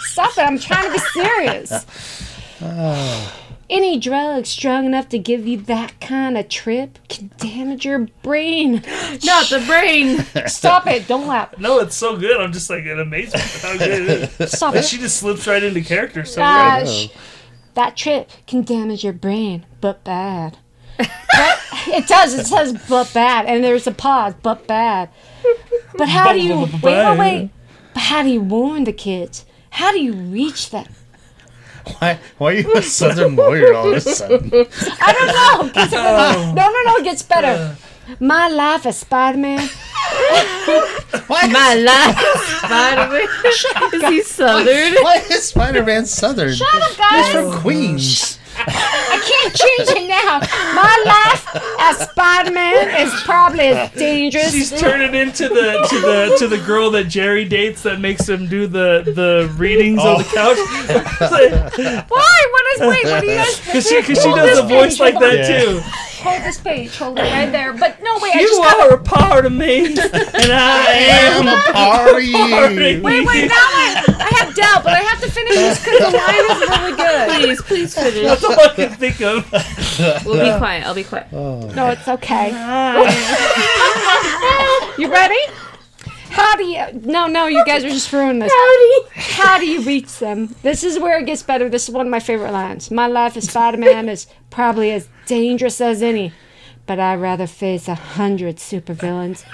stop it. I'm trying to be serious. Any drug strong enough to give you that kind of trip can damage your
[LAUGHS]
brain.
Not the brain.
Stop it. Don't laugh.
No, it's so good. I'm just like it amazes me how good it
[LAUGHS]
is.
Stop
Like,
it.
she just slips right into character. So good.
Gosh. That trip can damage your brain, but bad. But- [LAUGHS] it does. It says but bad. And there's a pause, but bad. But how do you. Wait, wait, wait. But how do you warn the kids? How do you reach them?
Why, why are you a [LAUGHS] southern lawyer all of a sudden?
I don't know. 'cause it really- [LAUGHS] no, no, no. It gets better. My life as Spider Man.
My life. Spider-Man. Is he southern?
Why is Spider Man southern?
Shut up, guys.
Queens.
I can't change it now. My life as Spider Man is probably as dangerous.
She's turning into the to the to the girl that Jerry dates that makes him do the the readings on the
Oh.
[LAUGHS] couch.
Why? What is. Wait, what do you guys
Because she, 'cause she does a voice like that
Yeah.
too.
Hold this page. Hold it right there. But no, wait. I
You
just got.
are a part of me, and I am.
I'm a party.
Wait,
Wait, that one. I have doubt, but I have to finish this because
[LAUGHS]
the line is really good.
[LAUGHS] Please, please finish.
That's all I can think of.
We'll be quiet. I'll be quiet.
No, it's okay. you ready? How do you? No, no, you guys are just ruining this. How do you? reach them? This is where it gets better. This is one of my favorite lines. My life as Spider-Man is probably as dangerous as any, but I'd rather face a hundred supervillains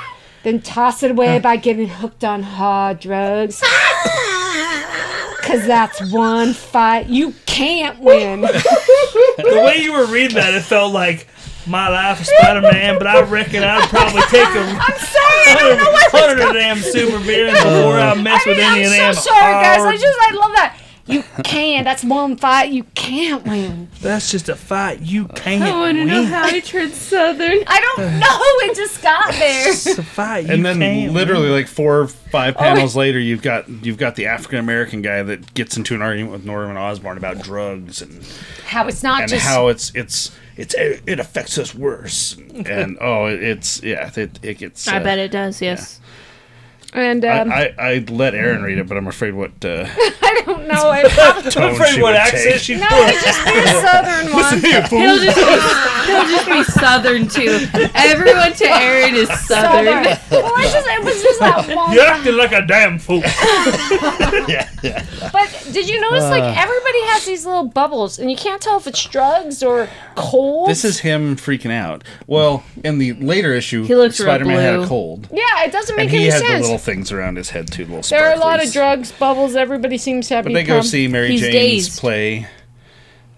than toss it
Uh.
away by getting hooked on hard drugs. Cause that's one fight you can't win.
The way you were reading that, it felt like my life is Spider Man, but I reckon I'd probably take a
[LAUGHS] Sorry,
hundred of them super villains before I mess with any of
I'm
them.
so sorry, guys. I
hard
just I love that. You can't. That's one fight you can't win.
That's just a fight you can't
I want to
win.
know how I turned southern.
I don't know. It just got there.
It's a fight you
and then
can't
literally like four or
Oh,
five panels later you've got you've got the African American guy that gets into an argument with Norman Osborn about drugs and
How it's not
and
just
how it's it's it's it affects us worse and,
[LAUGHS]
oh it's yeah it, it gets
I
uh,
bet it does. Yes.
and
I,
um, I,
I, I let Aaron read it but I'm afraid what uh,
don't know. I,
win. I'm
tone she
afraid what
would
accent
take.
she's
no,
pulling.
it's just the southern one.
He'll just be, he'll just be southern too. Everyone to Aaron is southern.
Southern. Well, it's just, it was
[LAUGHS]
just that one.
You're acting like a damn fool.
But did you notice,
Uh.
like, everybody has these little bubbles, and you can't tell if it's drugs or cold.
this is him freaking out well in the later issue
He looks real
Spider-Man had
blue.
a cold
yeah, it doesn't make
and he
any
had the
sense.
little things around his head too little
there are a lot of
sparklies.
drugs, bubbles. Everybody seems to have.
but they go
become-
see Mary
He's
Jane's
dazed.
play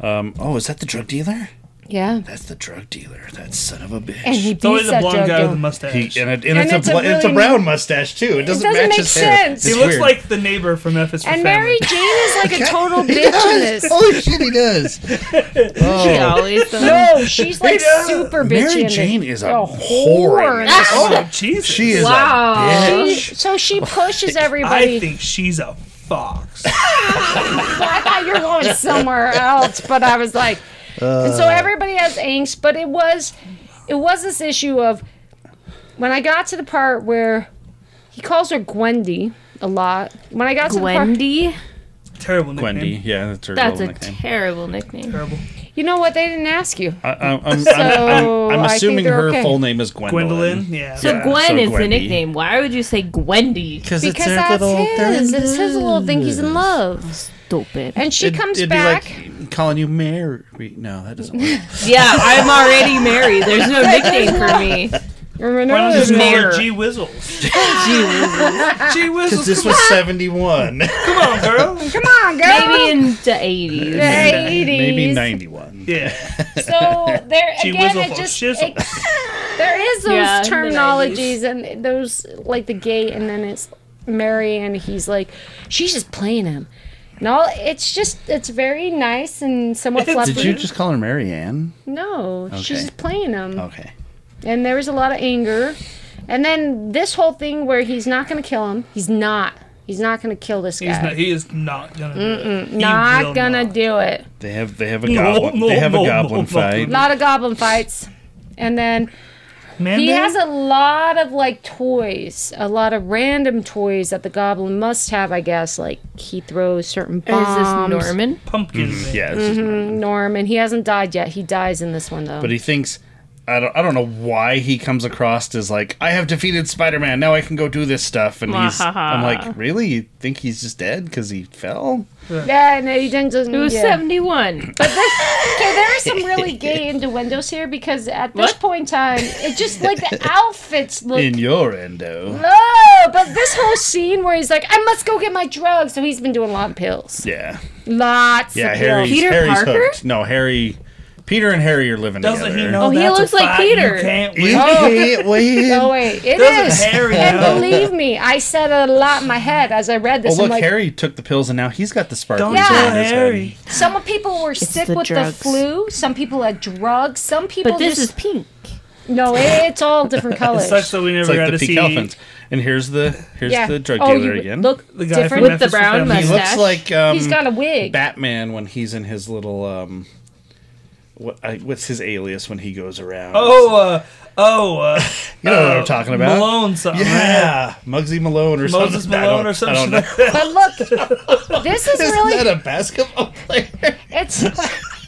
um, oh is that the drug dealer
Yeah,
That's the drug dealer. That son of a bitch.
and he
It's always
beats
a
that
blonde
drug
guy with a
dealer.
mustache.
He,
he
and it, and, it's,
it's
a,
a
bla- it's a
really-
brown mustache too. It doesn't,
doesn't
match
make
his hair.
sense.
It's
He
looks
weird. [LAUGHS]
like the neighbor from F is for
And Mary
Family.
Jane is like a total bitch in this.
Holy shit, he does.
She
Oh.
always does.
[LAUGHS]
No, she's like super bitchy.
Mary
in
Jane
it.
is a whore. in this.
Oh, Jesus.
She is
Wow.
a bitch.
Ah, She- so
[LAUGHS]
she pushes everybody.
I think she's a fox.
I thought you
[LAUGHS]
were going somewhere else, but I was like, and
Uh.
so everybody has angst. But it was, it was this issue of when I got to the part where he calls her Gwendy a lot. When I got to the
Gwendy.
Terrible nickname.
Wendy, yeah, that's her
That's a
little nickname.
terrible nickname.
Terrible.
part, you know what? They didn't ask you.
I, I'm, I'm,
So,
I'm, I'm
I think
assuming
they're
her
okay.
full name is Gwendolyn.
Gwendolyn. Yeah.
So
Yeah,
Gwen
so
is the
Gwendy.
nickname. Why would you say Gwendy?
Because it's
Because
their
that's
little, their
his. It's his little thing. He's in love,
Stupid.
and she
It'd-
comes
it'd
back.
Be like calling you Mary. No, that doesn't work.
Yeah, I'm already married. There's no nickname for me.
Remember,
Why don't you just call her
Mare.
G Wizzles?
Ah.
G Wizzles.
this was 71.
Come on, girl.
come on, girl.
Maybe in the 80s.
[LAUGHS] Maybe
80s.
91.
[LAUGHS] Yeah.
So there
She
again,
whizzle
it
for
just
shizzle.
it- there is those
Yeah, in the
terminologies and those like the gay, and then it's Mary, and he's like, she's just playing him. And all it's just it's very nice and
[LAUGHS]
somewhat fluffy.
Did you just call her Mary Ann?
No, she's
Okay.
just playing him,
Oh.
Okay.
and there was a lot of anger. And then this whole thing where he's not going to kill him. He's not. He's not going to kill this guy.
He's not, he is not gonna do it. He will
not gonna
not.
do it.
They have they have a
No,
goblin.
no,
they have
no,
a
no,
goblin
no.
fight.
A lot of goblin fights, and then
Man,
He
man,
has a lot of like toys, a lot of random toys that the goblin must have, I guess. Like he throws certain
Is this
bombs.
Norman?
pumpkin. man.
Mm, Yeah, it's
Mm.
just-
Norman. He hasn't died yet. He dies in this one though.
Mm-hmm. but he thinks I don't I don't know why he comes across as like I have defeated Spider-Man. Now I can go do this stuff. And he's I'm like, really? You think he's just dead because he fell?
yeah, no, he didn't. Just,
It was
yeah.
71.
But there's, okay, there are
[LAUGHS]
some really gay innuendos here because at this
What?
point in time, it just like
[LAUGHS]
the outfits look.
In your endo.
no, but this whole scene where he's like, "I must go get my drugs," so he's been doing a lot of pills,
Yeah,
lots.
yeah.
of
Harry's,
pills.
Peter
Harry's
Parker?
hooked. No, Harry, Peter and Harry are living
Doesn't
together.
he know?
Oh, he
that's a
looks like
fight you
Peter.
can't
You
win?
[LAUGHS] can't win.
Oh wait, it
Doesn't
is.
Harry
And
know?
believe me, I said a lot in my head as I read
Oh
this.
look,
I'm like,
Harry took the pills and now he's got the sparkles
Don't
around
tell
his head.
Harry.
some people were sick
the
with
drugs.
the flu. Some people had drugs. Some people
But this
just
is pink. [LAUGHS]
no. It, it's all different
It
colors.
sucks that we never
It's
got
like
to
the pink
see
elephants. And here's the here's
yeah.
the drug
Oh,
dealer
you
again.
Look
the guy
different.
from
With the
Memphis
brown
with
he
Family.
mustache.
looks like um,
He's got a wig.
Batman when he's in his little um what I, what's his alias when he goes around?
Oh, uh, oh, uh,
you know what I'm talking about.
Malone something.
Yeah, Muggsy Malone or
Moses
[LAUGHS] something. I
Malone
don't-
or
I
something
don't know. [LAUGHS]
like that.
but look, this is
Isn't
really
that a basketball player? [LAUGHS]
it's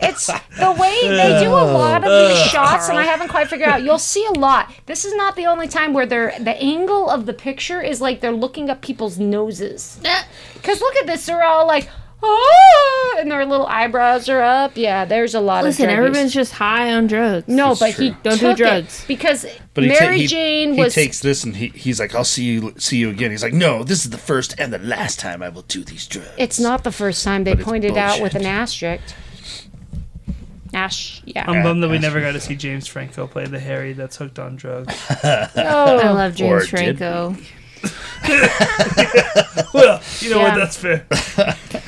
it's the way they do a lot of these shots, and I haven't quite figured out. You'll see a lot. This is not the only time where they're the angle of the picture is like they're looking up people's noses. Because look at this, they're all like, oh, and their little eyebrows are up. Yeah, there's a lot
Listen,
of. drug use.
everyone's just high on drugs.
No,
That's
but he
true.
Don't do
took it
drugs.
because
But he ta-
Mary
he-
Jane
he
was.
takes this and he, he's like, "I'll see you see you again." He's like, "No, this is the first and the last time I will do these drugs."
it's not the first time they
But it's
pointed out with an
bullshit.
asterisk. Ash, yeah.
I'm bummed that we never got to see James Franco play the Harry that's hooked on drugs.
[LAUGHS]
I
Oh,
love
Or
James
did-
Franco.
well, you know
Yeah.
what? That's fair.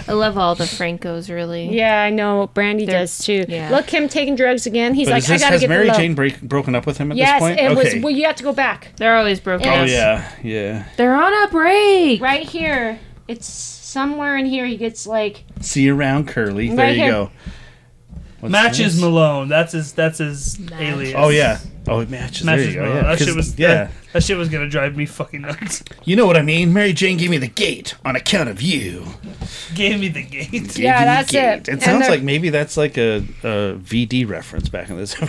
I love all [LAUGHS] the Francos, really.
Yeah, I know. Brandy
They're-
does too.
yeah.
Look, him taking drugs again. He's
But
like,
is this,
I gotta
has
get
Mary
the love.
Jane break, broken up with him at
yes,
this point?
it
okay.
was. Well, you have to go back
They're always broken.
oh
up.
yeah, yeah.
They're on a break.
right here. It's somewhere in here. He gets like
See you around, Curly. There
Right
you
here.
go. What's
Matches
this?
Malone. That's his. That's his alias.
Oh yeah. Oh, it matches.
Matches
there you go.
Malone.
Yeah.
That
'Cause-
shit was.
yeah.
That, that shit was gonna drive me fucking nuts. [LAUGHS]
You know what I mean? Mary Jane gave me the gate on account of you.
Gave me the gate.
Gave
Yeah,
you the
that's
It
it. And
sounds
they're-
like maybe that's like a, a VD reference back [LAUGHS] in this.
[LAUGHS]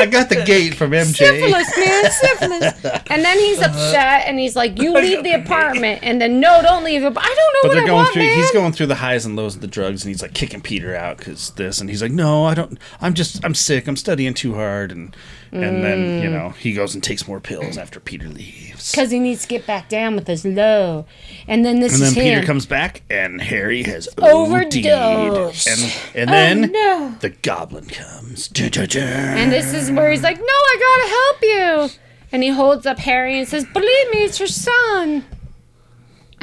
I got the gate from MJ.
syphilis,
[LAUGHS]
man, syphilis. And
Uh-huh.
then he's upset, and he's like, "You leave the apartment." And then, no, don't leave. it. I don't know
But
what
they're
I
going
want,
through.
man.
He's going through the highs and lows of the drugs, and he's like kicking Peter out because this, and he's like, "No, I don't. I'm just. I'm sick. I'm studying too hard." And and then you
Mm.
know he goes and takes more pills after Peter leaves.
because he needs to get back down with his low. And then this
And then
is
Peter
him.
comes back, and Harry has overdosed.
Overdosed.
And, and then
no.
the goblin comes. Dun, dun, dun.
and this is where he's like, "No, I gotta help you." And he holds up Harry and says, "Believe me, it's your son."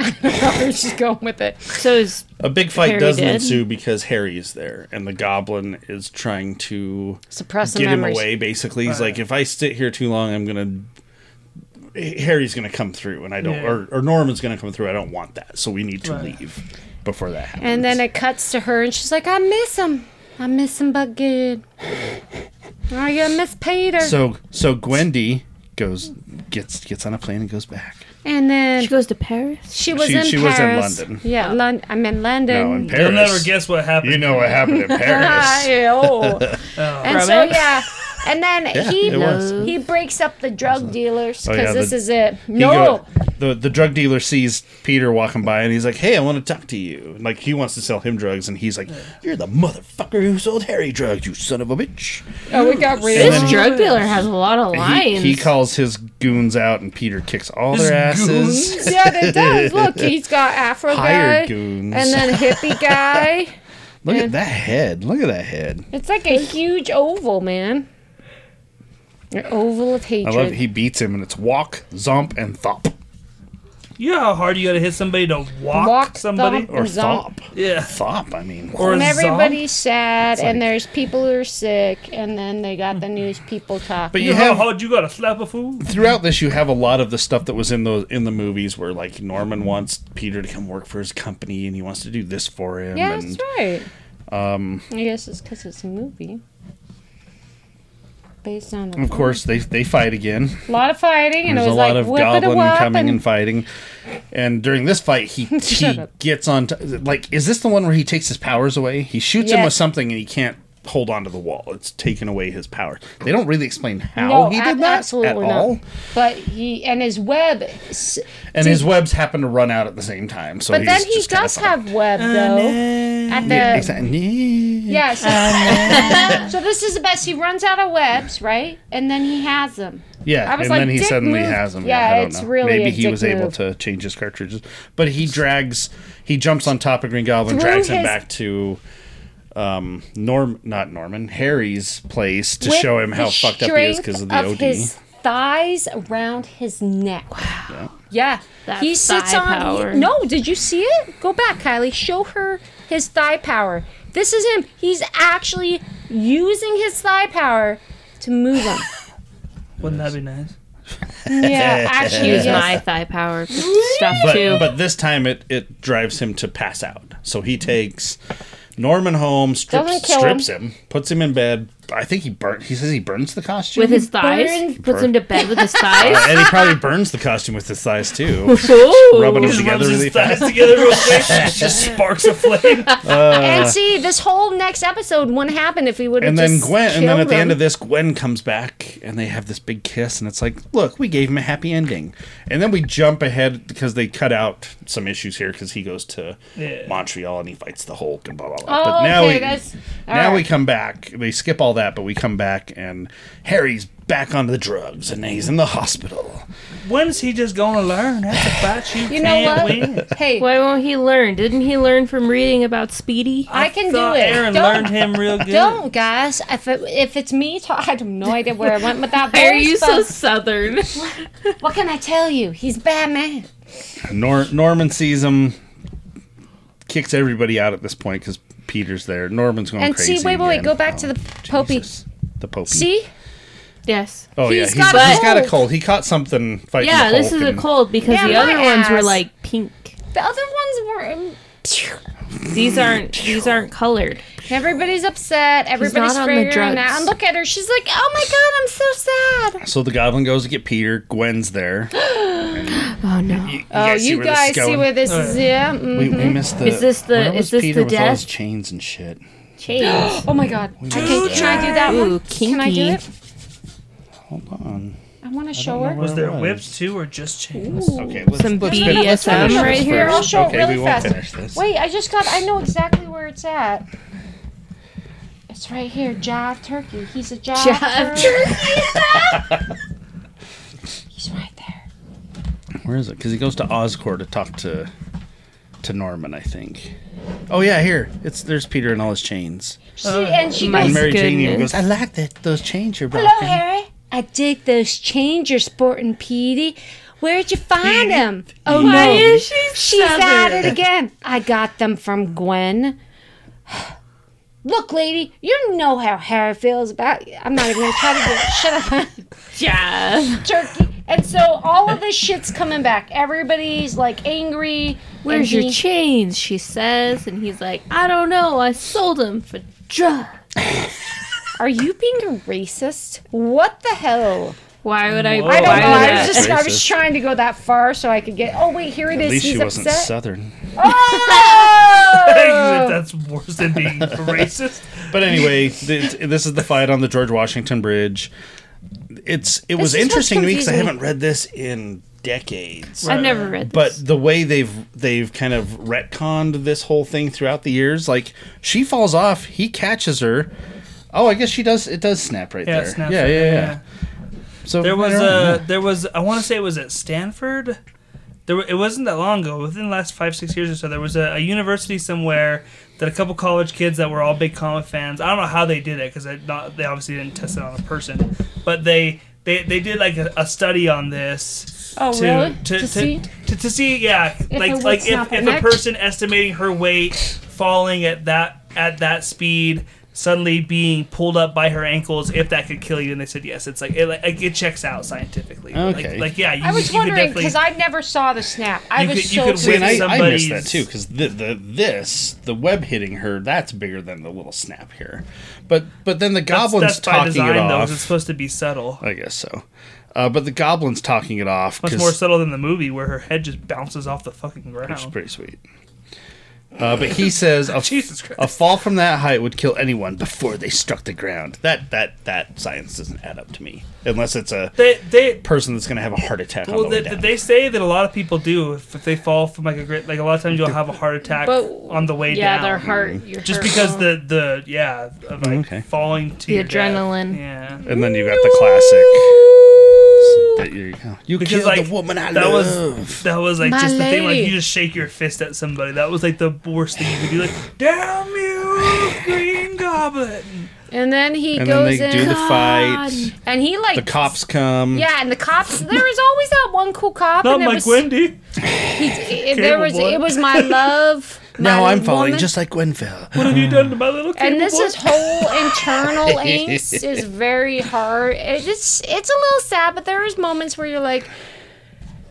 [LAUGHS] I don't know where he's just going with it.
So is
a big fight
Harry
does
did.
ensue because Harry is there, and the goblin is trying to
Suppress the
get him
memories.
away. Basically, he's like, if I sit here too long, I'm gonna. Harry's gonna come through, and I don't,
Yeah.
or, or Norman's gonna come through. I don't want that, so we need to
Right.
leave before that happens.
And then it cuts to her, and she's like, "I miss him. I miss him, but good. [LAUGHS] I gonna miss Peter."
so so Gwendy goes gets gets on a plane and goes back.
and then
she goes to Paris?
She was
She-
in
she was in
Paris.
London.
Yeah, London. I'm in London.
No, in Paris.
You'll never guess what happened.
You know what
[LAUGHS]
happened in
Ah,
Paris.
ew. [LAUGHS] and so
Robin?
yeah,
[LAUGHS]
and then he
it was.
he breaks up the drug dealers
Oh,
because
yeah, the-
this is it.
He
No,
go- the the drug dealer sees Peter walking by and he's like, "Hey, I want to talk to you." And, Like he wants to sell him drugs, and he's like, "You're the motherfucker who sold Harry drugs, you son of a bitch."
oh, we got
And
real.
then
This
he-
drug dealer has a lot of
He,
lines.
he calls his goons out, and Peter kicks all their
His
asses.
yeah, it
[LAUGHS]
does. Look, he's got Afro guy,
Hired goons.
and then hippie
[LAUGHS]
guy.
Look at that head. Look at that head.
It's like a huge oval, man. An oval of
I
hatred.
love. He beats him, and it's walk, zomp, and thop
You know how hard you gotta hit somebody to walk,
Walk,
somebody?
thump.
or
Zomp.
thop,
Yeah.
thop. I mean,
Or
and
zomp.
everybody's sad,
It's
and
like-
there's people who are sick, and then they got the news people talking.
but
You
you
know how
have
hard you gotta slap a fool?
throughout this, you have a lot of the stuff that was in those in the movies where like Norman wants Peter to come work for his company, and he wants to do this for him.
Yeah,
and,
that's right. Um, I guess it's because it's a movie. Based on a
Of course, they they fight again.
lot of fighting, and it
Mm. There's a
was
lot
like
of
whip it a
goblin
wop,
coming and
and
fighting, and during this fight,
[LAUGHS]
he
Shut
he
up.
gets on. T- like, is this the one where he takes his powers away? He shoots him with
Yes.
something, and he can't hold onto the wall. It's taken away his power. They don't really explain how
no,
he did
ab-
that at
absolutely
all.
not. But he and his web, s-
And his webs happen to run out at the same time. So,
but
he's
then he
just kinda
does
fucked.
have web though. At the
Yeah, exactly.
yeah, so, [LAUGHS] so this is the best. He runs out of webs, right? And then he has them.
Yeah,
I was
and
like,
then he
dick
suddenly
move.
has him.
Yeah,
I don't
it's
know.
really
Maybe
a
he
dick
was able
move.
to change his cartridges, but he drags, he jumps on top of Green Goblin,
Through
drags him
his-
back to um Norm, not Norman, Harry's place to
With
show him how
the
fucked up he is
strength
because of the OD.
His thighs around his neck. Yeah.
That's
he sits
thigh
on. he-
power.
no, did you see it? Go back, Kylie. Show her his thigh power. This is him. He's actually using his thigh power to move him.
Wouldn't that be nice?
yeah,
[LAUGHS]
actually,
Use
yes.
my thigh power for stuff too.
But but this time it it drives him to pass out. So he takes Norman home,
Doesn't
strips
kill
strips him. puts him in bed. I think he burnt. He says he burns the costume
with his thighs?
burns-
He puts him to bed with
[LAUGHS]
his thighs?
and he probably burns the costume with his thighs
[LAUGHS]
too. rubbing
Ooh.
him
Just
together
rubs his
really fast.
thighs together real
[LAUGHS]
quick. just sparks a flame.
And see, this whole next episode wouldn't happen if he would have
Uh, and
just
then Gwen, and then
killed
at the
him.
end of this, Gwen comes back, and they have this big kiss, and it's like, look, we gave him a happy ending, and then we jump ahead because they cut out some issues here because he goes to
Yeah.
Montreal and he fights the Hulk and blah blah blah.
Oh,
but now
okay,
we
that's- all
now we
right.
come back. They skip all that, but we come back, and Harry's back onto the drugs, and he's in the hospital.
When's he just gonna learn? That's a fight you,
You know
can't
what?
win.
[LAUGHS] Hey,
Why won't he learn? Didn't he learn from reading about Speedy?
I can do
Thought
it.
Aaron
Don't-
learned him real good.
Don't, guys. If it, if it's me, ta- I have no idea where I went with
[LAUGHS]
that.
Why are
voice,
you so
but
southern? [LAUGHS]
What can I tell you? He's Batman.
Nor- Norman sees him, kicks everybody out at this point because Peter's there. Norman's going
And see,
crazy.
wait, wait, wait,
again. Oh,
go back to the Popey.
Jesus. The Popey.
See?
Yes.
Oh yeah,
He's
he's,
got a
he's got a
cold.
cold. He caught something fighting.
Yeah,
the
this is
Hulk
a
and-
cold because
Yeah,
the
my
other ones were
ass.
like pink.
The other ones were.
These aren't these aren't colored.
Everybody's upset. Everybody's
not on the
figuring out.
drugs.
And look at her. She's like, oh my god, I'm so sad.
So the Goblin goes to get Peter. Gwen's there.
[GASPS] Oh no.
Oh,
see
you
where this is
guys see
going?
where this
Oh,
is? Yeah. mm,
We, we missed the.
mm-hmm. Is this the-
where
is
was
this
Peter
the
with all his
death?
chains and shit?
[GASPS] Change.
Oh
[GASPS]
my god. I can, can I do that
Ooh,
one? Can I do
kinky.
it?
Hold on.
I want to show her.
Was there
was.
whips too, or just chains?
Okay, let's,
Some
let's fin- let's
BDSM
finish
right
this
here.
first.
I'll show it
okay,
really
we won't
fast.
finish this.
Wait, I just got. I know exactly where it's at. It's right here. Jive Turkey. He's a Jive,
Jive
[LAUGHS] He's right there.
Where is it? Because he goes to Oscor to talk to to Norman, I think. Oh yeah, here it's there's Peter and all his chains.
She, and she
my
And
goes,
Mary Jane even
goodness.
goes, "I like that those chains you're
Hello,
rocking."
Harry. I dig those chains you're sporting, Petey. Where'd you find them? Oh,
Why
no.
is she
She's at
southern?
it again. I got them from Gwen. [SIGHS] Look, lady, you know how Harry feels about you. I'm not even going to try to do it. Shut up.
Jive.
Turkey. And so all of this shit's coming back. Everybody's like angry.
Where's your
chain?
chains? She says, and he's like, I don't know. I sold them for drugs.
Are you being a racist? What the hell?
Why would I?
Whoa.
Why
I don't know.
would
I
that?
was just I was
Racist.
trying to go that far so I could get. Oh wait, here it
At
is.
least
He's
she wasn't
upset.
Southern.
Oh!
That's worse than
[LAUGHS]
being racist. [LAUGHS]
But anyway, th- this is the fight on the George Washington Bridge. It's it was
is what's
interesting to me because I
confusing me.
haven't read this in decades.
I've never read.
But
this.
the way they've they've kind of retconned this whole thing throughout the years, like she falls off, he catches her. Oh, I guess she does. It does snap right
Yeah,
there.
it snaps
yeah,
right
yeah,
there,
yeah,
yeah.
So
There was
I don't know.
a there was I want to say it was at Stanford. There were- it wasn't that long ago. Within the last five six years or so, there was a, a university somewhere that a couple college kids that were all big comic fans. I don't know how they did it because not they obviously didn't test it on a person, but they they, they did like a, a study on this.
[LAUGHS] Oh
to,
really?
To,
To see?
to, to see yeah
it
like
would
like if,
snap
if
an
a
egg?
person estimating her weight falling at that at that speed suddenly being pulled up by her ankles if that could kill you and they said yes it's like it like it checks out scientifically
Okay.
like, like yeah you,
I was
you could
wondering
definitely
because I never saw the snap. I
You
was
could- you
so
could
See, and I, I
somebody's-
missed that too because the, the this the web hitting her that's bigger than the little snap here, but but then the
that's,
goblins
that's by
talking
design
it
though
off.
'cause it's supposed to be subtle
I guess so, uh, but the goblins talking it off
much
'cause-
more subtle than the movie where her head just bounces off the fucking
which is
ground
pretty sweet. Uh, but he
[LAUGHS]
says a,
Jesus Christ.
a fall from that height would kill anyone before they struck the ground. That that that science doesn't add up to me unless it's a
they they
person that's going to have a heart attack on
well,
the way
they,
down.
they say that a lot of people do if, if they fall from like a great like a lot of times you'll have a heart attack
But-
on the way
yeah,
down
their heart. Your
just
heart
because
will-
the the yeah of like
okay.
falling to
The
your death.
adrenaline.
Yeah,
and then you got the classic. That you you
because
killed
like
the woman I
that
love.
was that was like
My
just the thing like
lady.
you just shake your fist at somebody. That was like the worst thing you could do. Like damn you, Green
[LAUGHS]
Goblin.
And then he
and then
goes
they do
in,
the fight.
[GASPS] and he like
The cops come.
Yeah, and the cops. There was always that one cool cop.
Not
and it
like
was,
Wendy. [LAUGHS]
it- there was.
boy.
It
[LAUGHS]
was my love.
Now
my
I'm falling
woman.
just like Gwenfell.
What have you done to my little cable
and this
boy?
is whole
[LAUGHS]
internal angst is very hard. It- It's it's a little sad, but there is moments where you're like,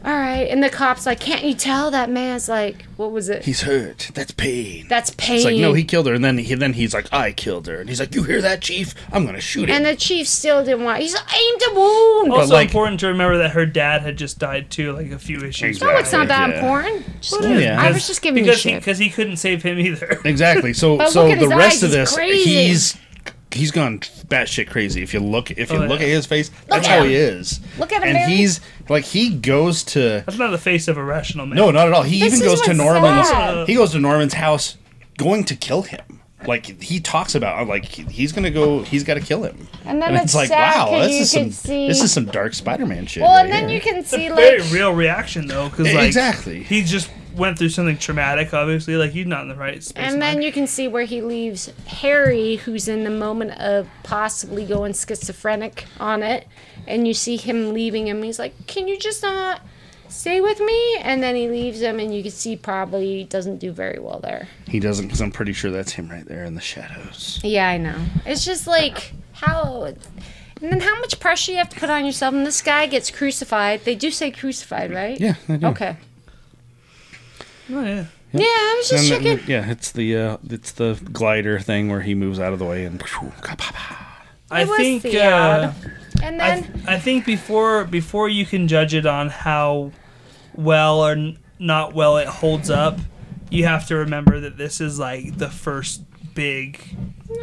all right, and the cops like, can't you tell that man's like, what was it?
He's hurt. That's pain.
That's pain.
It's like no, he killed her, and then he then he's like I killed her, and he's like you hear that, chief? I'm gonna shoot him.
and the chief still didn't want. He's like, aimed a wound.
also
like-
important to remember that her dad had just died too, like a few issues.
Exactly.
no, it's not that
Yeah.
important. Just-
is-
I was just giving you
because he,
shit.
because he couldn't save him either. [LAUGHS]
Exactly. So
[LAUGHS] But
so
look at
the
his
rest
eyes,
of
he's
this
crazy.
he's he's gone batshit crazy. If you look if you
Oh,
look
yeah.
at his face, that's
at
how
him.
he is.
Look at him,
And
Barry.
he's like he goes to
That's not the face of a rational man.
No, not at all. He
This
even
is
goes to
what's
Norman's
sad.
he goes to Norman's house going to kill him. Like he talks about like he's gonna go he's gotta kill him.
and then
And it's like
sad
wow,
'cause
this
you
is some
can see.
this is some dark Spider Man shit.
well,
right
and then
here.
you can see
very
like
real reaction though, because
E-
like
exactly.
he just went through something traumatic. Obviously, like he's not in the right space.
And then you can see where he leaves Harry, who's in the moment of possibly going schizophrenic on it. And you see him leaving him. He's like, Can you just not stay with me, and then he leaves him, and you can see probably he doesn't do very well there.
He doesn't because I'm pretty sure that's him right there in the shadows.
Yeah, I know. It's just like how, and then how much pressure you have to put on yourself. And this guy gets crucified. They do say crucified, right?
Yeah, I do.
Okay.
Oh yeah.
Yeah, I was
And
just
the-
checking.
yeah, it's the uh, it's the glider thing where he moves out of the way and ka-pa-pa.
I
was
think
the
uh,
odd. and
I,
then
th- I think before before you can judge it on how well or n- not well it holds up, you have to remember that this is like the first big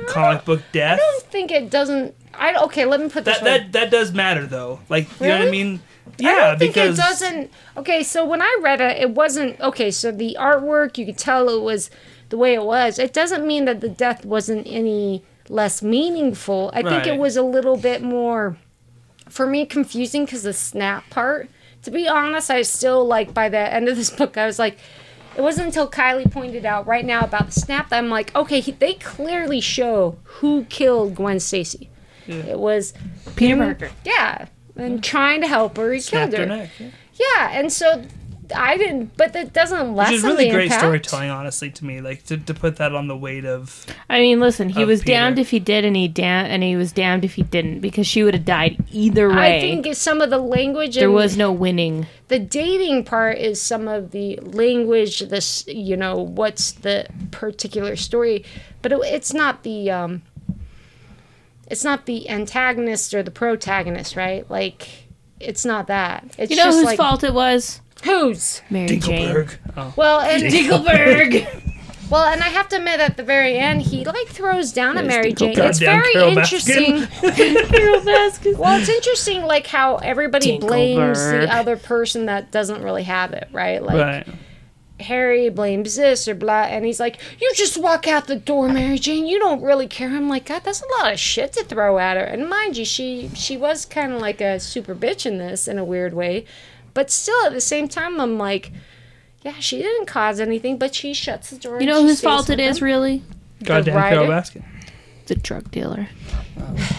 comic book
I
death.
don't think it doesn't. I okay. Let me put this.
That
way.
that that does matter though. Like you know what I
Really?
mean? Yeah,
I don't think
because
it doesn't. Okay, so when I read it, it wasn't okay. So the artwork, you could tell it was the way it was. It doesn't mean that the death wasn't any less meaningful. I think
Right.
it was a little bit more, for me, confusing because the snap part. To be honest, I still like by the end of this [LAUGHS] book, I was like. It wasn't until Kylie pointed out right now about the snap that I'm like, okay, he, they clearly show who killed Gwen Stacy. It was
Peter Parker.
yeah, and trying to help her, he
snapped
killed
her
her.
neck. yeah.
Yeah, and so I didn't, but that doesn't lessen
Which is really
the
great
impact.
storytelling, honestly, to me. Like to, to put that on the weight of
I mean, listen, he
Of
was
Peter.
damned if he did, and he damn, and he was damned if he didn't, because she would have died either way.
I think it's some of the language
there
and
was no winning.
the dating part is some of the language. This, you know, what's the particular story, but it, it's not the um, it's not the antagonist or the protagonist, right? Like, it's not that. It's
You know
just
whose
like
fault it was? [LAUGHS]
whose.
Mary Jane.
Dinkelberg. Oh.
Well, and
Dinkelberg.
Well, and I have to admit, at the very end, he like throws down at Mary Jane.
Goddamn
It's very
Carol
interesting.
Carol Baskin.
Well, it's interesting, like how everybody
Dinkelberg.
blames the other person that doesn't really have it, right? Like
Right.
Harry blames this or blah, and he's like, "You just walk out the door, Mary Jane. You don't really care." I'm like, God, that's a lot of shit to throw at her. And mind you, she she was kind of like a super bitch in this, in a weird way, but still at the same time, I'm like. Yeah, she didn't cause anything, but she shuts the door.
You
and
know
she
whose
stays
fault
with
it is,
him.
really?
Goddamn
writer?
Carol Baskin.
The drug dealer.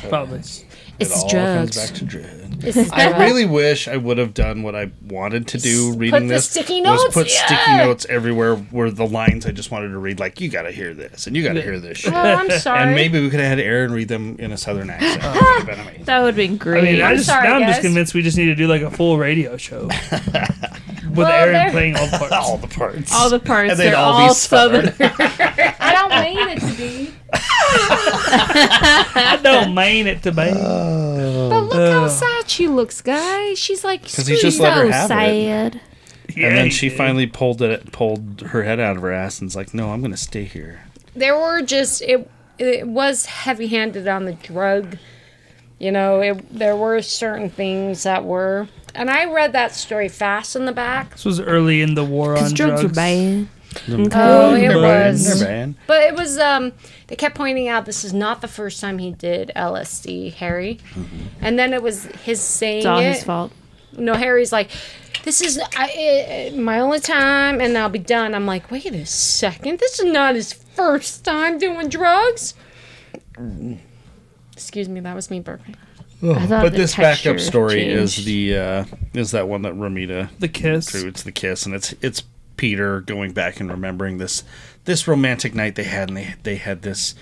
Probably.
It
It's
all
drugs.
comes back to drugs.
This is
I
[LAUGHS]
bad.
really wish I would have done what I wanted to do
Put
reading
the
this.
sticky
Was
notes,
put sticky
yeah.
notes everywhere where the lines I just wanted to read. Like you got to hear this and you got to hear this shit.
Oh, I'm sorry.
And maybe we could have had Aaron read them in a southern accent. That would have
[LAUGHS]
been amazing.
That would have been
I
great.
mean, I
I'm
just,
sorry,
now I'm just
guys.
convinced we just need to do like a full radio show with Aaron
there-
playing all
[LAUGHS]
the parts.
all the parts.
all the parts.
And they'd
They're
all
all, [LAUGHS]
be
southern.
I don't mean it to be.
I don't mean it to be.
But look
Uh.
how sad she looks, guys. She's like,
he
"Screw
just
you."
let her
so
have it.
sad.
Yeah,
and then
he
she
did.
finally pulled it, pulled her head out of her ass and was like, "No, I'm going to stay here."
There were just it. It was heavy-handed on the drug. You know, it, there were certain things that were, and I read that story fast in the back.
This was early in the war on
Because drugs were bad.
Oh, it
They're banned,
was.
they're banned.
But it was um they kept pointing out this is not the first time he did LSD, Harry. And then it was his saying
It's all
it.
his fault.
No, Harry's like, this is I, it, my only time, and I'll be done. I'm like, wait a second, this is not his first time doing drugs. Excuse me, that was me burping.
I thought
Oh, But
the
this backup
texture
story
changed.
is the uh, is that one that Ramita
The kiss.
drew. It's the kiss, and it's it's Peter going back and remembering this this romantic night they had, and they they had this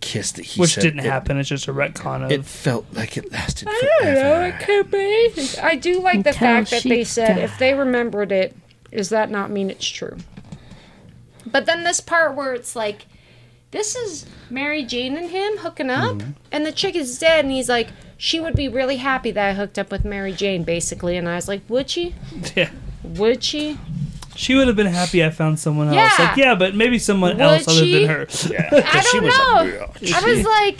kiss that he
Which
said
didn't
it-
happen. It's just a retcon of.
It felt like it lasted
I don't know,
forever. [LAUGHS]
it could be. I do like the
Until
fact that
she
they said
died.
if they remembered it, does that not mean it's true? But then this part where it's like, this is Mary Jane and him hooking up,
Mm-hmm.
and the chick is dead, and he's like, she would be really happy that I hooked up with Mary Jane, basically. And I was like, would she?
[LAUGHS] yeah.
Would she?
She would have been happy I found someone else.
Yeah.
Like, yeah, but maybe someone
Would
else other
she?
than her.
I
she
don't
was a
know. I was like,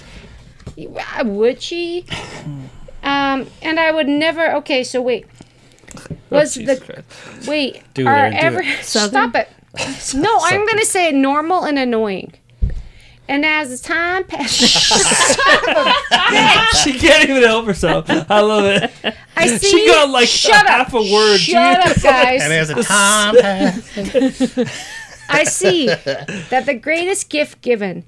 "Yeah, would
[LAUGHS]
she? Um, and I would never. Okay, so wait.
Oh,
[LAUGHS]
Was
Jesus
the
Christ.
wait?
Do it,
are
Erin, do
ever
Southern?
stop it? No, I'm gonna say it normal and annoying. And as the
[LAUGHS]
time passes,
she can't even help herself. I love it.
I see
She
you-
got like a
shut up,
half a word. She-
Shut up,
[LAUGHS]
guys.
And as a time passed,
I see that the greatest gift given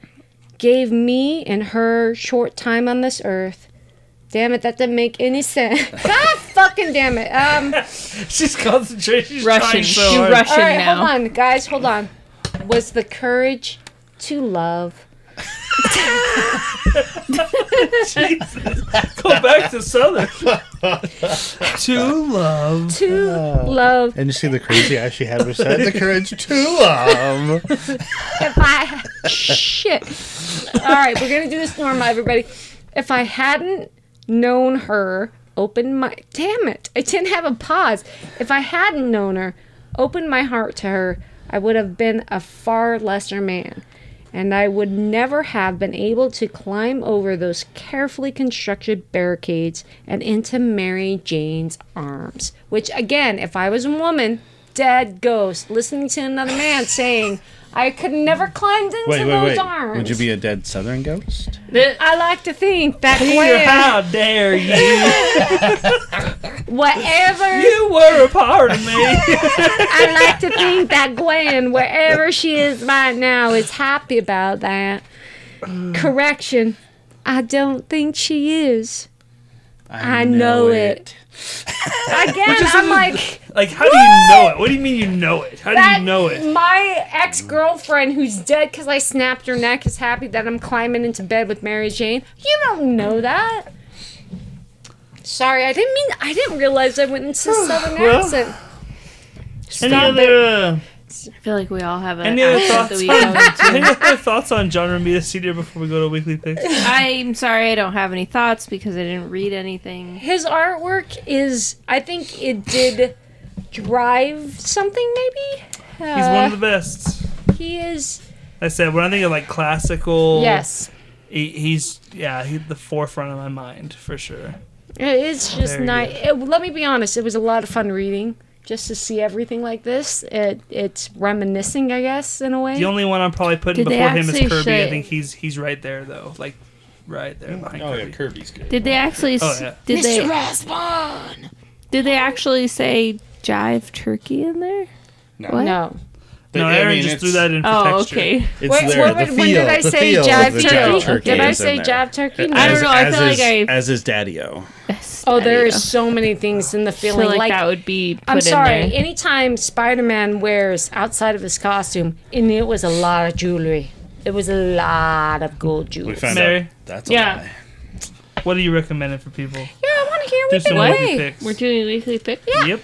gave me in her short time on this earth Damn it, that didn't make any sense. [LAUGHS] God fucking damn it. Um,
She's concentrating. She's
Russian.
trying so
She
hard.
Russian
all right,
now.
hold on, guys, hold on. Was the courage to love?
Jesus. Go back to Southern. to love.
To
[LAUGHS]
love.
And you see the crazy eye she [LAUGHS] had was that the courage to love.
If I. Shit. All right, we're going to do this normal, everybody. If I hadn't known her, open my. Damn it. I didn't have a pause. If I hadn't known her, opened my heart to her, I would have been a far lesser man. and I would never have been able to climb over those carefully constructed barricades and into Mary Jane's arms. Which, again, if I was a woman, dead ghost, listening to another man saying, I could never climb into
Wait, wait,
those
wait.
arms.
Would you be a dead southern ghost?
I like to think that
Peter,
when,
how dare you? [LAUGHS]
whatever
You were a part of me.
I like to think that Gwen, wherever she is right now, is happy about that. Correction. I don't think she is. I know it. Again, I'm like
Like, how do you know it? What do you mean you know it? How do
that.
[LAUGHS] you know it?
My ex girlfriend, who's dead because I snapped her neck, is happy that I'm climbing into bed with Mary Jane. You don't know that. Sorry, I didn't mean. I didn't realize I went
[SIGHS]
into southern
Well,
accent.
Any
Stop it.
other, uh,
I feel like we all have an
Any other
accent that
thoughts
we
[LAUGHS] any
go
other thoughts on genre media studio before we go to weekly picks?
into. I'm sorry I don't have any thoughts because I didn't read anything.
his artwork is i think it did drive something maybe uh,
He's one of the best.
he is
I said when I think of like classical,
yes
he, he's yeah, he's the forefront of my mind for sure.
it is just
There you
nice it, let me be honest it was a lot of fun reading just to see everything like this it it's reminiscing i guess in a way
The only one I'm probably putting
Did they
before him is
actually
Kirby. I
say-
think he's he's right there though, like right there behind
Oh yeah,
Kirby.
Kirby's good.
Did they actually? s-
Oh, yeah.
Did
Mr.
they?
Rathbone!
Did they actually say jive turkey in there?
No.
What?
no
No,
I
Aaron
mean,
just
it's-
threw that in for
Oh,
texture.
okay.
It's
Wait,
there.
what
the
would- when did
feel-
I
the
say
feel of
jive
the
turkey?
turkey
Did I
is in
say
there.
jive turkey?
I don't know, I feel
is,
like I-
as is Daddy-O.
Oh, there
I
is so many things in the
feel
feeling
like,
like
that would be. Put
I'm sorry.
In there.
Anytime Spider-Man wears outside of his costume, and it was a lot of jewelry. It was a lot of gold
We
jewelry.
found
Mary?
out that's a
Yeah.
lie.
What are you recommending for people?
Yeah, I want to hear
Do some
what they
weekly
think.
picks.
We're doing weekly pick.
Yep.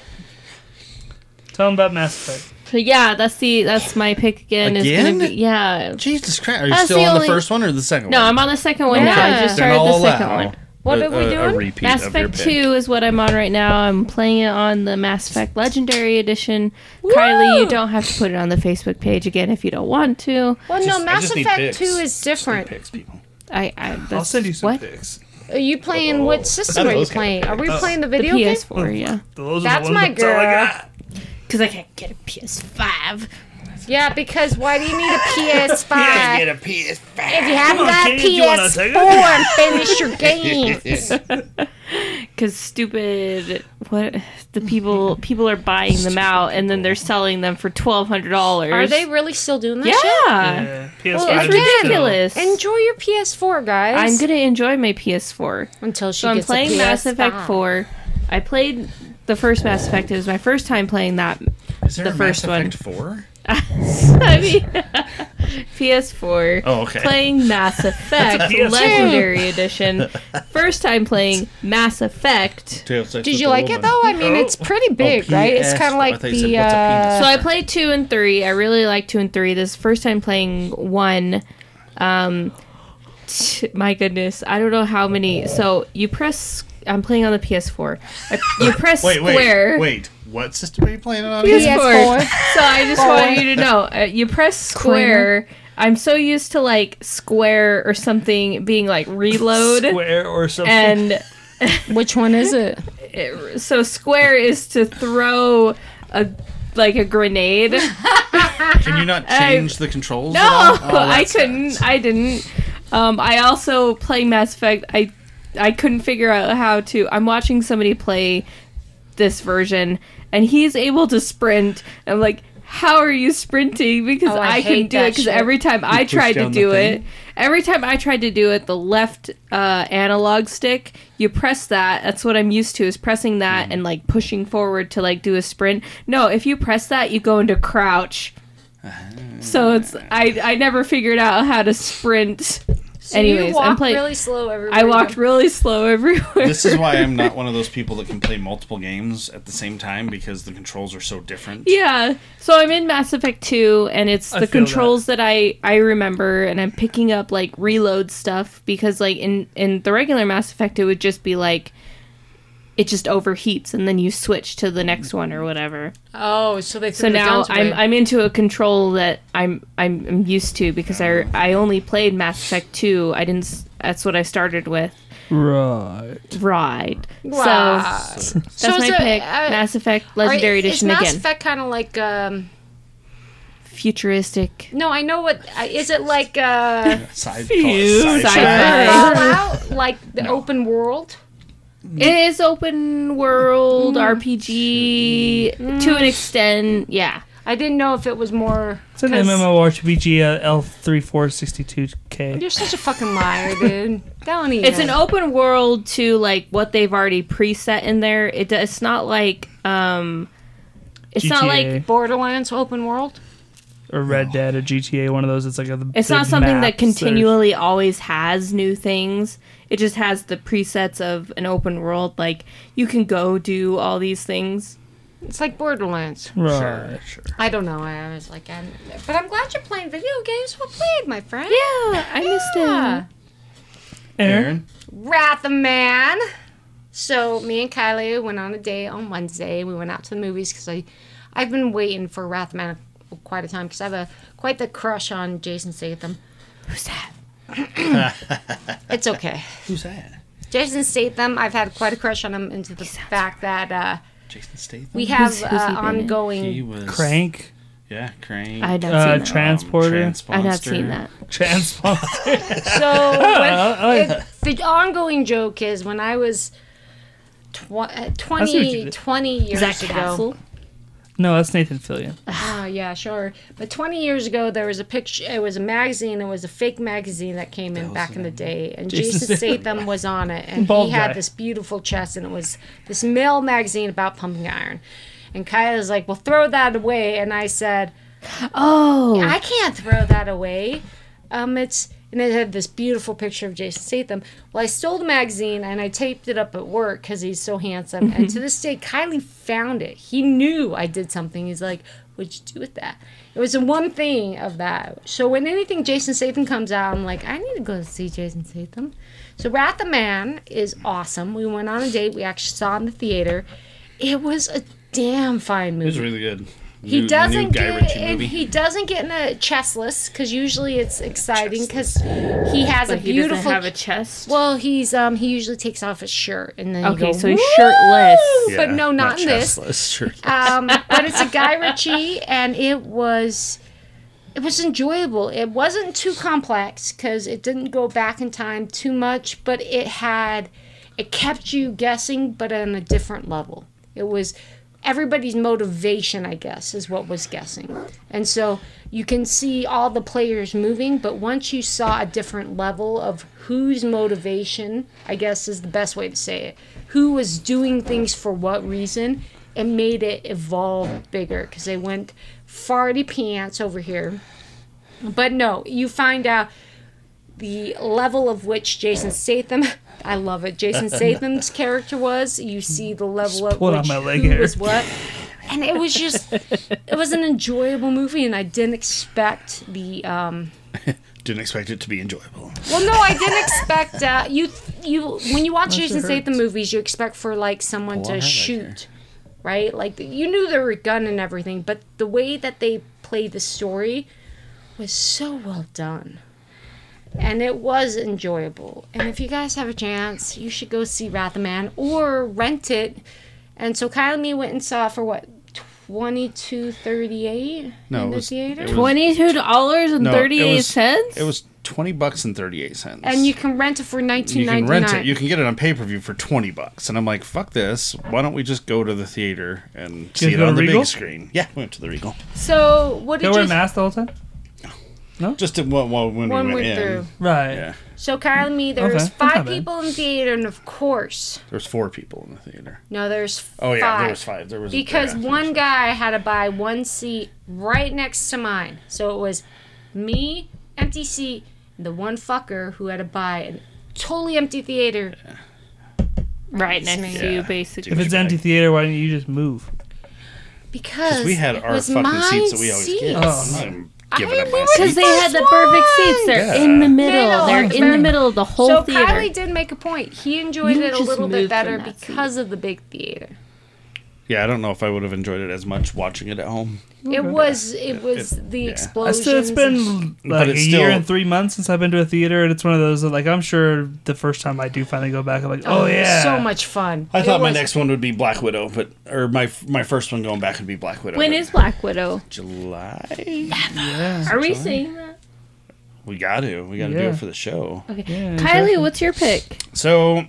Tell them about Mass Effect.
So yeah, that's the that's my pick again. is gonna
Again?
be- yeah.
Jesus Christ! Are you
That's
still
the
on
only-
the first one or the second
No,
one?
I'm on the second one now. I
Yeah.
just
Then
started
I'll
the second
allow
one.
What
a,
are we
a- A
doing?
repeat
Mass
of your
Effect
pick.
2 is what I'm on right now. I'm playing it on the Mass Effect Legendary Edition. Kylie, you don't have to put it on the Facebook page again if you don't want to.
Well,
Just-
no,
I
Mass
just need
Effect
pics.
Two is different.
Picks people.
I, I that's,
I'll send you some
what?
pics.
Are you playing? What system
None
are
of
you
those
playing? Are we
pics.
playing the
The
video game? Oh.
PS4, yeah.
Those
That's
are the ones
my
that's all I
girl.
got.
Because I can't get a PS5.
Yeah, because why do
[LAUGHS]
you need a PS5
a PS5.
if you haven't
on,
got a
kid, you wanna take it?
[LAUGHS]
PS4 and finish your game?
Because stupid, what the
[LAUGHS]
people people are buying them out and then they're selling them for twelve hundred dollars.
Are they really still doing that?
Yeah.
shit?
Yeah, PS5
Well,
It's
uh,
is still-
ridiculous.
Enjoy your PS4, guys.
I'm gonna enjoy my PS4.
until she
So I'm
gets a
playing Mass
PS5.
Effect 4. I played the first Mass Effect. It was my first time playing that. [LAUGHS]
Is there
The
a
first
Mass
one.
Effect Four?
I mean, [LAUGHS] PS4.
Oh, okay.
Playing Mass Effect
PS4.
Legendary
[LAUGHS]
Edition. First time playing Mass Effect.
Did you like it though? I
Oh.
mean, it's
Oh,
pretty big, right? It's
PS.
kind of
I
like
thought you
the.
said, what's
Uh,
So I played 2 and 3. I really like 2 and 3. This is first time playing 1. Um, t- my goodness. I don't know how many. So you press. I'm playing on the PS4. I- Uh,
[LAUGHS]
You press
Wait, wait,
square.
wait. What system are you playing it on?
PS4.
PS4.
So I just wanted you to know. Uh, you press square. I'm so used to like square or something being like reload.
Square or something.
And
which one is it?
it, so square is to throw a like a grenade. No,
Can you not change the controls? Oh,
[LAUGHS]
No, [LAUGHS]
I couldn't. I didn't. Um, I also play Mass Effect. I I couldn't figure out how to. I'm watching somebody play this version, and he's able to sprint. I'm like, how are you sprinting? Because
Oh, I
I, can
hate
do it.
that
Because
shit.
every time I
push
tried to
down the
do
thing?
it, every time I tried to do it, the left uh, analog stick, you press that. That's what I'm used to is pressing
Mm.
that and like pushing forward to like do a sprint. No, if you press that, you go into crouch. So it's I I never figured out how to sprint.
[LAUGHS] So
Anyways,
you walk
I'm playing.
really slow everywhere.
I
you
walked
go.
really slow everywhere.
This is why I'm not one of those people that can play multiple games at the same time because the controls are so different.
[LAUGHS] Yeah. So I'm in Mass Effect 2 and it's
I
the
feel
controls that. I I remember and I'm picking up like reload stuff because like in in the regular Mass Effect it would just be like it just overheats and then you switch to the next one or whatever.
Oh, so they threw
So
the
now
guns
I'm
away.
I'm into a control that I'm I'm, I'm used to because I I only played Mass Effect 2. I didn't s- that's what I started with.
[LAUGHS] Right.
Right.
Wow.
So that's
So is
my
it,
pick.
uh,
Mass Effect
Are-
Legendary Edition
is Mass
again.
Effect kind of like um,
Futuristic.
No, I know what. I- Is it
[LAUGHS]
like uh,
Side, call it side
Sci-fi.
Fallout? Like the open world?
It is open world RPG to an extent, yeah.
I didn't know if it was more.
It's an
'cause
MMORPG uh, L three four sixty two K.
You're such a fucking liar,
[LAUGHS]
dude. Don't even.
It's an open world to like what they've already preset in there. It do- it's not like um it's not like
Borderlands open world.
or Red Dead or GTA, one of those. It's like a.
it's not something that continually always has new things. It just has the presets of an open world like you can go do all these things.
It's like Borderlands.
Right.
I don't know. I was like, I'm,
But I'm glad you're playing video games. Well played, my friend.
Yeah, I missed it.
Aaron,
Aaron,
Wrath of Man. So me and Kylie went on a date on Wednesday. We went out to the movies because I, I've been waiting for Wrath of Man quite a time because I have a quite the crush on Jason Statham.
Who's that?
[COUGHS] It's okay.
who's that?
Jason Statham. I've had quite a crush on him into the fact that uh,
Jason Statham.
we have
Who's- who's he
uh,
been in?
ongoing.
he was
Crank,
Yeah, Crank. Um,
I'd not
uh,
seen that.
Transporter,
I'd not seen that.
Transponster.
So when,
I-
it, the ongoing joke is when I was tw- uh,
what you
20,
did.
20 years
Is that
ago.
Castle?
[LAUGHS] no, that's Nathan Fillion.
Oh, yeah, sure. But 20 years ago, there was a picture, it was a magazine, it was a fake magazine that came in back in the day. And
Jason
Jason, Statham was on it. And
Bald
he had
guy.
this beautiful chest, and it was this male magazine about pumping iron. And Kyla's like, well, throw that away. And I said,
Oh.
I can't throw that away. Um, it's and it had this beautiful picture of Jason Statham. Well, I stole the magazine and I taped it up at work because he's so handsome. And to this day, Kylie found it. He knew I did something. He's like, "What'd you do with that?" It was the one thing of that. So when anything Jason Statham comes out, I'm like, I need to go see Jason Statham. So Wrath of Man is awesome. We went on a date. We actually saw it in the theater. It was a damn fine movie
It was really good.
he
Guy
doesn't get
Ritchie
in,
movie.
he doesn't get in a chestless because usually it's exciting because he has a
But he
beautiful
doesn't have a chest.
well he's um he usually takes off his shirt and then you
Okay,
go,
so he's
"Woo!"
shirtless.
but no not, in this
That's true.
um but it's a guy Ritchie and it was it was enjoyable it wasn't too complex because it didn't go back in time too much but it had it kept you guessing but on a different level it was everybody's motivation i guess is what was guessing and so you can see all the players moving but once you saw a different level of whose motivation i guess is the best way to say it who was doing things for what reason it made it evolve bigger because they went farty pants over here but no you find out the level of which
Oh.
Jason Statham, I love it.
[LAUGHS]
Jason Statham's character was. You see the level of
pulled
which
out my leg
who
hair.
was what, and it was just, it
[LAUGHS]
was an enjoyable movie, and I didn't expect the. um
Didn't expect it to be enjoyable.
Well, no, I didn't expect uh, you. You when you watch Jason
hurts.
Statham movies, you expect for like someone
I
to
like
shoot, right? Like you knew there were a gun and everything, but the way that they played the story was so well done and it was enjoyable. And if you guys have a chance, you should go see Wrath of Man or rent it. And so Kyle and me went and saw for what twenty two thirty eight
No,
in
it
the
was,
theater.
it was
Twenty-two dollars and
No, it
thirty-eight
was-
cents.
It was twenty bucks and thirty eight cents.
and you can rent it for
you
nineteen
can
ninety
rent it. You
nine.
can get it on pay per view for twenty bucks. And I'm like, fuck this. Why don't we just go to the theater and see
guys
it
go to
on the
Regal?
big screen? Yeah, we went to the Regal.
So what
They
did
wear
you?
a mask the whole time?
Just to, well, well, when
When
we
we're
went in,
through.
Right.
Yeah.
So Kyle and me, there
Okay,
was
that's not
five
bad.
people in the theater, and of course,
there's four people in the theater.
no, there's
Oh yeah,
five.
there was five. There was
because
yeah.
one guy had to buy one seat right next to mine. So it was me, empty seat, and the one fucker who had to buy a totally empty theater.
right next to you,
Yeah.
basically.
If it's empty theater, why didn't you just move?
Because
we had
it
our
was
fucking
my
seats that we always get.
Oh.
I'm not giving
I
up my
knew
Because
seat.
they had the perfect seats. They're
Yeah.
in the middle.
Middle,
They're
the
in the
very-
middle of the whole
so
theater.
Kylie did make a point. He enjoyed
You
it a
just
little
moved
bit better
from that seat.
because of the big theater.
Yeah, I don't know if I would have enjoyed it as much watching it at home.
It was it was the
Oh,
I
explosions.
still, it's
and-
been
But
like a
it's
year
still-
and three months since I've been to a theater, and it's one of those that, like, I'm sure the first time I do finally go back, I'm like, oh,
it was
yeah.
so much fun.
I
It
thought my
was-
next one would be Black Widow, but or my my first one going back would be Black Widow.
when
but
is Black Widow?
July?
Are we seeing that?
We got to. We got to do
Yeah.
it for the show.
Okay.
exactly.
Kylie, what's your pick?
So,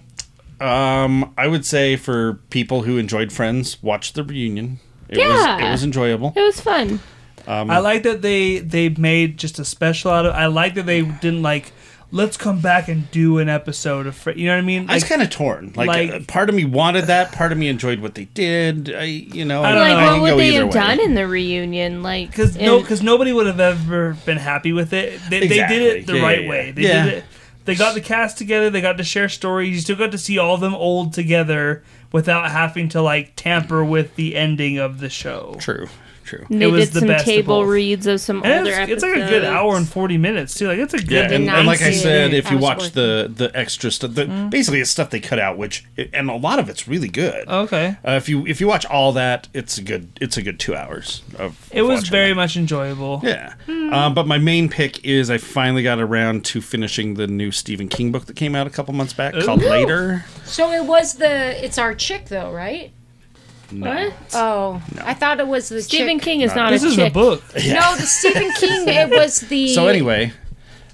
um, I would say for people who enjoyed Friends, watch the reunion. It was
Yeah.
it was enjoyable.
It was fun.
Um,
I like that they they made just a special out of I like that they didn't, like, let's come back and do an episode of, Fr- you know what I mean?
I was
Like,
kind of torn. Like,
like-
uh, part of me wanted that, part of me enjoyed what they did. I, you know,
I don't
Like,
know.
I
what
can
would
go
they
either
have
way.
done in the reunion? Like,
because
in-
no, because nobody would have ever been happy with it. They, they did it the
Exactly. Yeah,
right
yeah,
way.
yeah.
They
Yeah.
did it. They got the cast together. They got to share stories. You still got to see all of them old together without having to like tamper with the ending of the show.
True, true.
they
it was
did
the
some
best of
table
both.
reads of some
And
older
it's, it's
episodes.
like a good hour and forty minutes too. Like it's a good.
Yeah, and,
not
and like I
see it.
said, if
I
you
was
watch the the extra stuff, the, basically it's stuff they cut out, which and a lot of it's really good.
okay.
Uh, if you if you watch all that, it's a good it's a good two hours of.
It
of
was
watching
very
that.
much enjoyable.
yeah.
Hmm.
Um, but my main pick is I finally got around to finishing the new Stephen King book that came out a couple months back
Oh.
called Later.
So it was the it's our chick though, right?
What?
Oh, I thought it was the
Stephen
chick.
King is not
This
a
is a
chick. [LAUGHS]
book.
No, the
[LAUGHS]
Stephen King. It was the.
So anyway,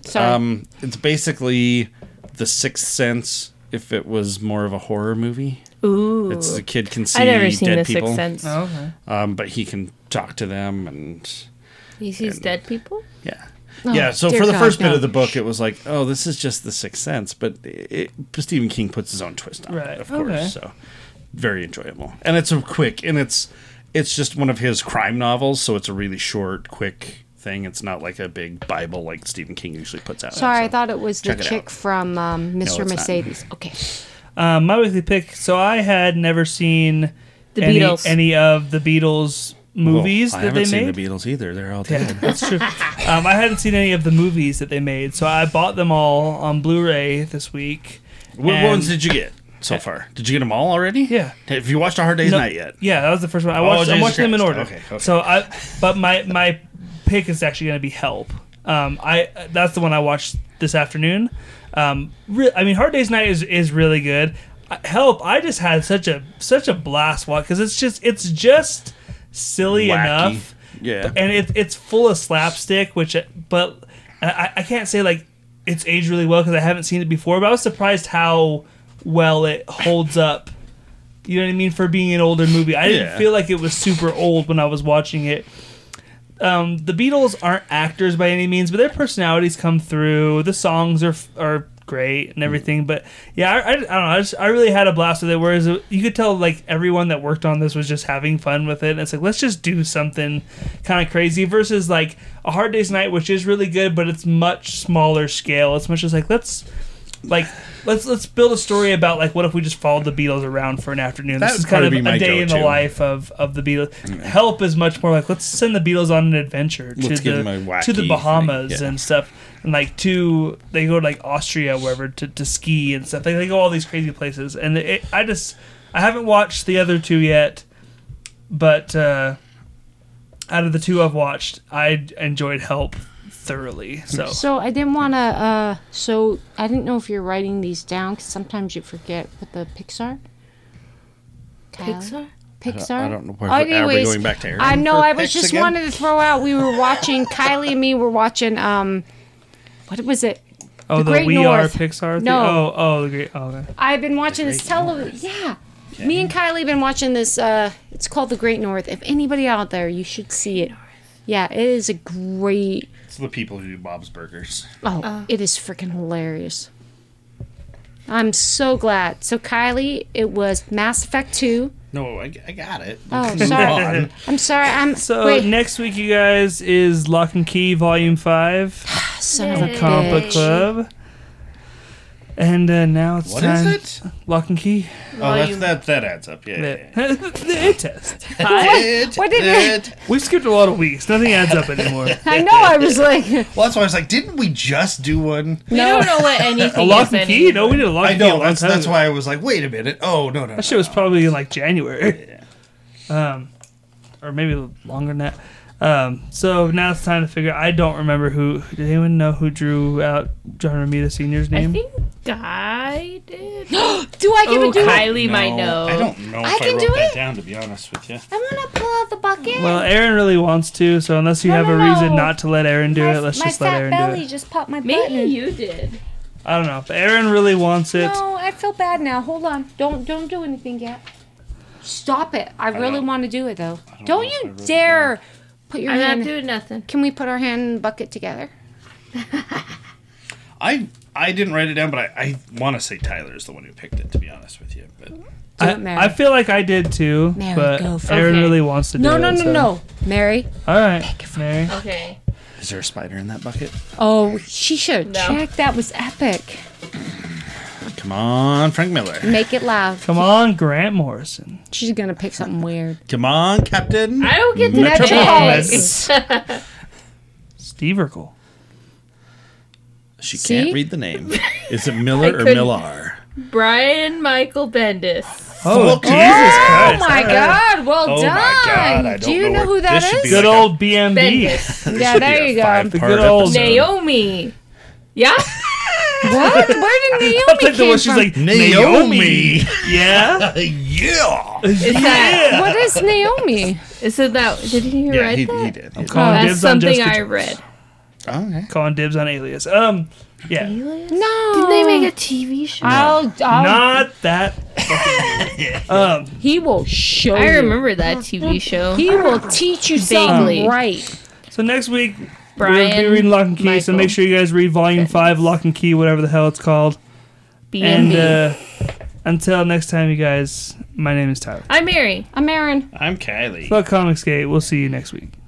sorry.
um, it's basically The Sixth Sense if it was more of a horror movie.
Ooh,
It's the kid can see
I've never seen
dead
The
people,
Sixth Sense.
Okay.
um, but he can talk to them and.
He sees dead people.
Yeah.
Oh,
yeah. So
dear
for the
God,
first bit
no.
of the book, it was like, oh, this is just the Sixth Sense, but it, Stephen King puts his own twist on
Right,
it, of course.
okay.
So very enjoyable, and it's a quick, and it's it's just one of his crime novels, so it's a really short, quick thing. It's not like a big Bible like Stephen King usually puts out.
Sorry, I
So-
thought it was the
check it
chick
out.
from um, Mr.
it's not.
Mercedes. Okay.
Um, my weekly pick. So I had never seen
The
any,
Beatles.
any of the Beatles
Well,
movies
I
that
haven't
they
seen
made.
the Beatles either. They're all
Yeah,
dead.
that's true. Um, I hadn't seen any of the movies that they made, so I bought them all on Blu-ray this week.
What
And-
ones did you get so far? Did you get them all already?
Yeah.
Have you watched A Hard Day's
No,
Night yet? Oh,
Yeah, that was the first one. I watched. I
Jesus
watched them in
Christ.
order.
Okay, okay.
So I, but my my pick is actually going to be Help. Um, I that's the one I watched this afternoon. Um, re- I mean, Hard Day's Night is is really good. Uh, Help, I just had such a such a blast watch because it's just it's just silly
Wacky.
enough.
Yeah.
and it, it's full of slapstick, which uh, but and I, I can't say like it's aged really well because I haven't seen it before. But I was surprised how well it holds up. You know what I mean for being an older movie. I didn't
Yeah.
feel like it was super old when I was watching it. Um, the Beatles aren't actors by any means, but their personalities come through. The songs are are great and everything. But yeah, I, I, I don't know. I, just, I really had a blast with it. Whereas you could tell like everyone that worked on this was just having fun with it. And it's like let's just do something kind of crazy versus like a Hard Day's Night, which is really good, but it's much smaller scale. It's much just like let's like. Let's let's build a story about like what if we just followed the Beatles around for an afternoon.
That
this is
would
kind of
probably be
a
my
day in the
go-to.
life of of the Beatles. Help is much more like let's send the Beatles on an adventure to
Let's give them a
the
wacky
to the
thing,
Bahamas
yeah.
and stuff, and like to they go to like Austria wherever to, to ski and stuff. Like, they go all these crazy places, and it, I just I haven't watched the other two yet, but uh, out of the two I've watched, I enjoyed Help thoroughly. So
So I didn't want to. Uh, so I didn't know if you're writing these down because sometimes you forget what the picks are. Kyle?
Pixar.
Pixar.
I don't know where are we
Oh, Anyways,
going back to Aaron
I know.
for
I was
picks
just
again?
wanted to throw out. We were watching Kylie and me were watching um,
what was it?
Oh, the,
The Great
We
North.
Are Pixar. Thing?
No.
Oh, oh, the great. Oh, okay.
I've been watching this television.
Yeah. Me and Kylie been watching this. Uh, it's called The Great North. If anybody out there, you should see it. Yeah, it is a great.
It's the people who do Bob's Burgers.
Oh, it is freaking hilarious. I'm so glad. So Kylie, it was Mass Effect Two.
No, I, I got it.
Oh,
Move
sorry.
[LAUGHS] on.
I'm sorry.
[LAUGHS]
I'm
So
wait.
next week, you guys is Lock and Key Volume Five,
son of a
the Comic Book
bitch.
Club, and uh, now it's
What is
time.
it?
Lock and
[LAUGHS]
Key.
Oh, that's, that that adds up. Yeah. yeah, yeah.
the it test.
It,
What did
it-
We've skipped a lot of weeks. Nothing adds up anymore.
I know. I
[LAUGHS]
was like,
Well, that's why I was like, didn't we just do one?
We don't know what anything
a lock
is
and
anymore.
key? No, we did a lock
I
and key. a
know.
long
That's
time
that's
ago.
why I was like, wait a minute. Oh no no.
That shit was probably in like January. [LAUGHS] Um, or maybe longer than that. Um, so now it's time to figure. I don't remember who. Did anyone know who drew out John Romita Sr.'s
I
name?
think Guy did.
[GASPS] Do I get
Oh,
to do it?
Kylie might know.
I don't know if I,
I can
wrote
do
that
it.
down. To be honest with you,
I want to pull out the bucket.
well, Aaron really wants to, so unless you
No,
have
no,
a reason
no.
not to let Aaron do
my
it, let's
my
just let
fat
Aaron
belly
do it.
just popped my butt.
Maybe
in.
you did.
I don't know. But Aaron really wants it.
No, I feel bad now. Hold on. Don't don't do anything yet. Stop it. I, really
don't-
want to do it though.
know
Don't,
if I
you
really
dare put your
I'm
hand.
not doing nothing.
Can we put our hand in the bucket together?
I I didn't write it down, but I, I want to say Tyler is the one who picked it. To be honest with you, but
I,
it, Mary.
I feel like I did too,
Mary,
but
go for
Aaron
it.
really wants to do
No,
it.
no, no,
so-
no. Mary.
All right, Mary.
Okay.
is there a spider in that bucket?
Oh, she should
No.
check. That was epic.
Come on, Frank Miller.
Make it loud.
Come on, Grant Morrison.
She's gonna pick something weird.
Come on, Captain.
I don't get to
Metro
pick.
Promise.
Oh
Steve Urkel.
She
See?
can't read the name. Is it Miller or
couldn't-
Millar?
Brian Michael Bendis.
Oh,
Fuck
Jesus
[LAUGHS] Oh
Christ.
my God! Well
Oh my
done.
God, I
Do
don't know
you know,
where
who that
this should
is?
be
Good
Like a-
old BMD.
[LAUGHS]
Bendis.
This
Yeah,
should be
there
a
you go.
The
five-part
good old
episode.
Naomi. Yeah.
[LAUGHS]
what? Where did Naomi
That's like the
came
one she's
from?
like,
Naomi.
Naomi.
[LAUGHS]
Yeah?
[LAUGHS] yeah.
Is that?
what
[LAUGHS]
is Naomi?
Is it that? Did he
Yeah,
write
he,
that?
he did. He did.
Calling
That's
dibs on
something
Jessica
I
Jones.
read.
Okay.
Calling dibs on Alias. Um, yeah.
No.
Didn't they make a TV show?
I'll, I'll
Not that. fucking- um,
He will show
I
you.
remember that TV show.
He will teach you
Vaguely.
something right.
so next week we'll be
Brian
reading Lock and Key. So
Michael
make sure you guys read Volume Five, Lock and Key, whatever the hell it's called. And
B&B.
uh, until next time, you guys. My name is Tyler.
I'm Mary.
I'm Aaron.
I'm Kylie.
Fuck Comicsgate. We'll see you next week.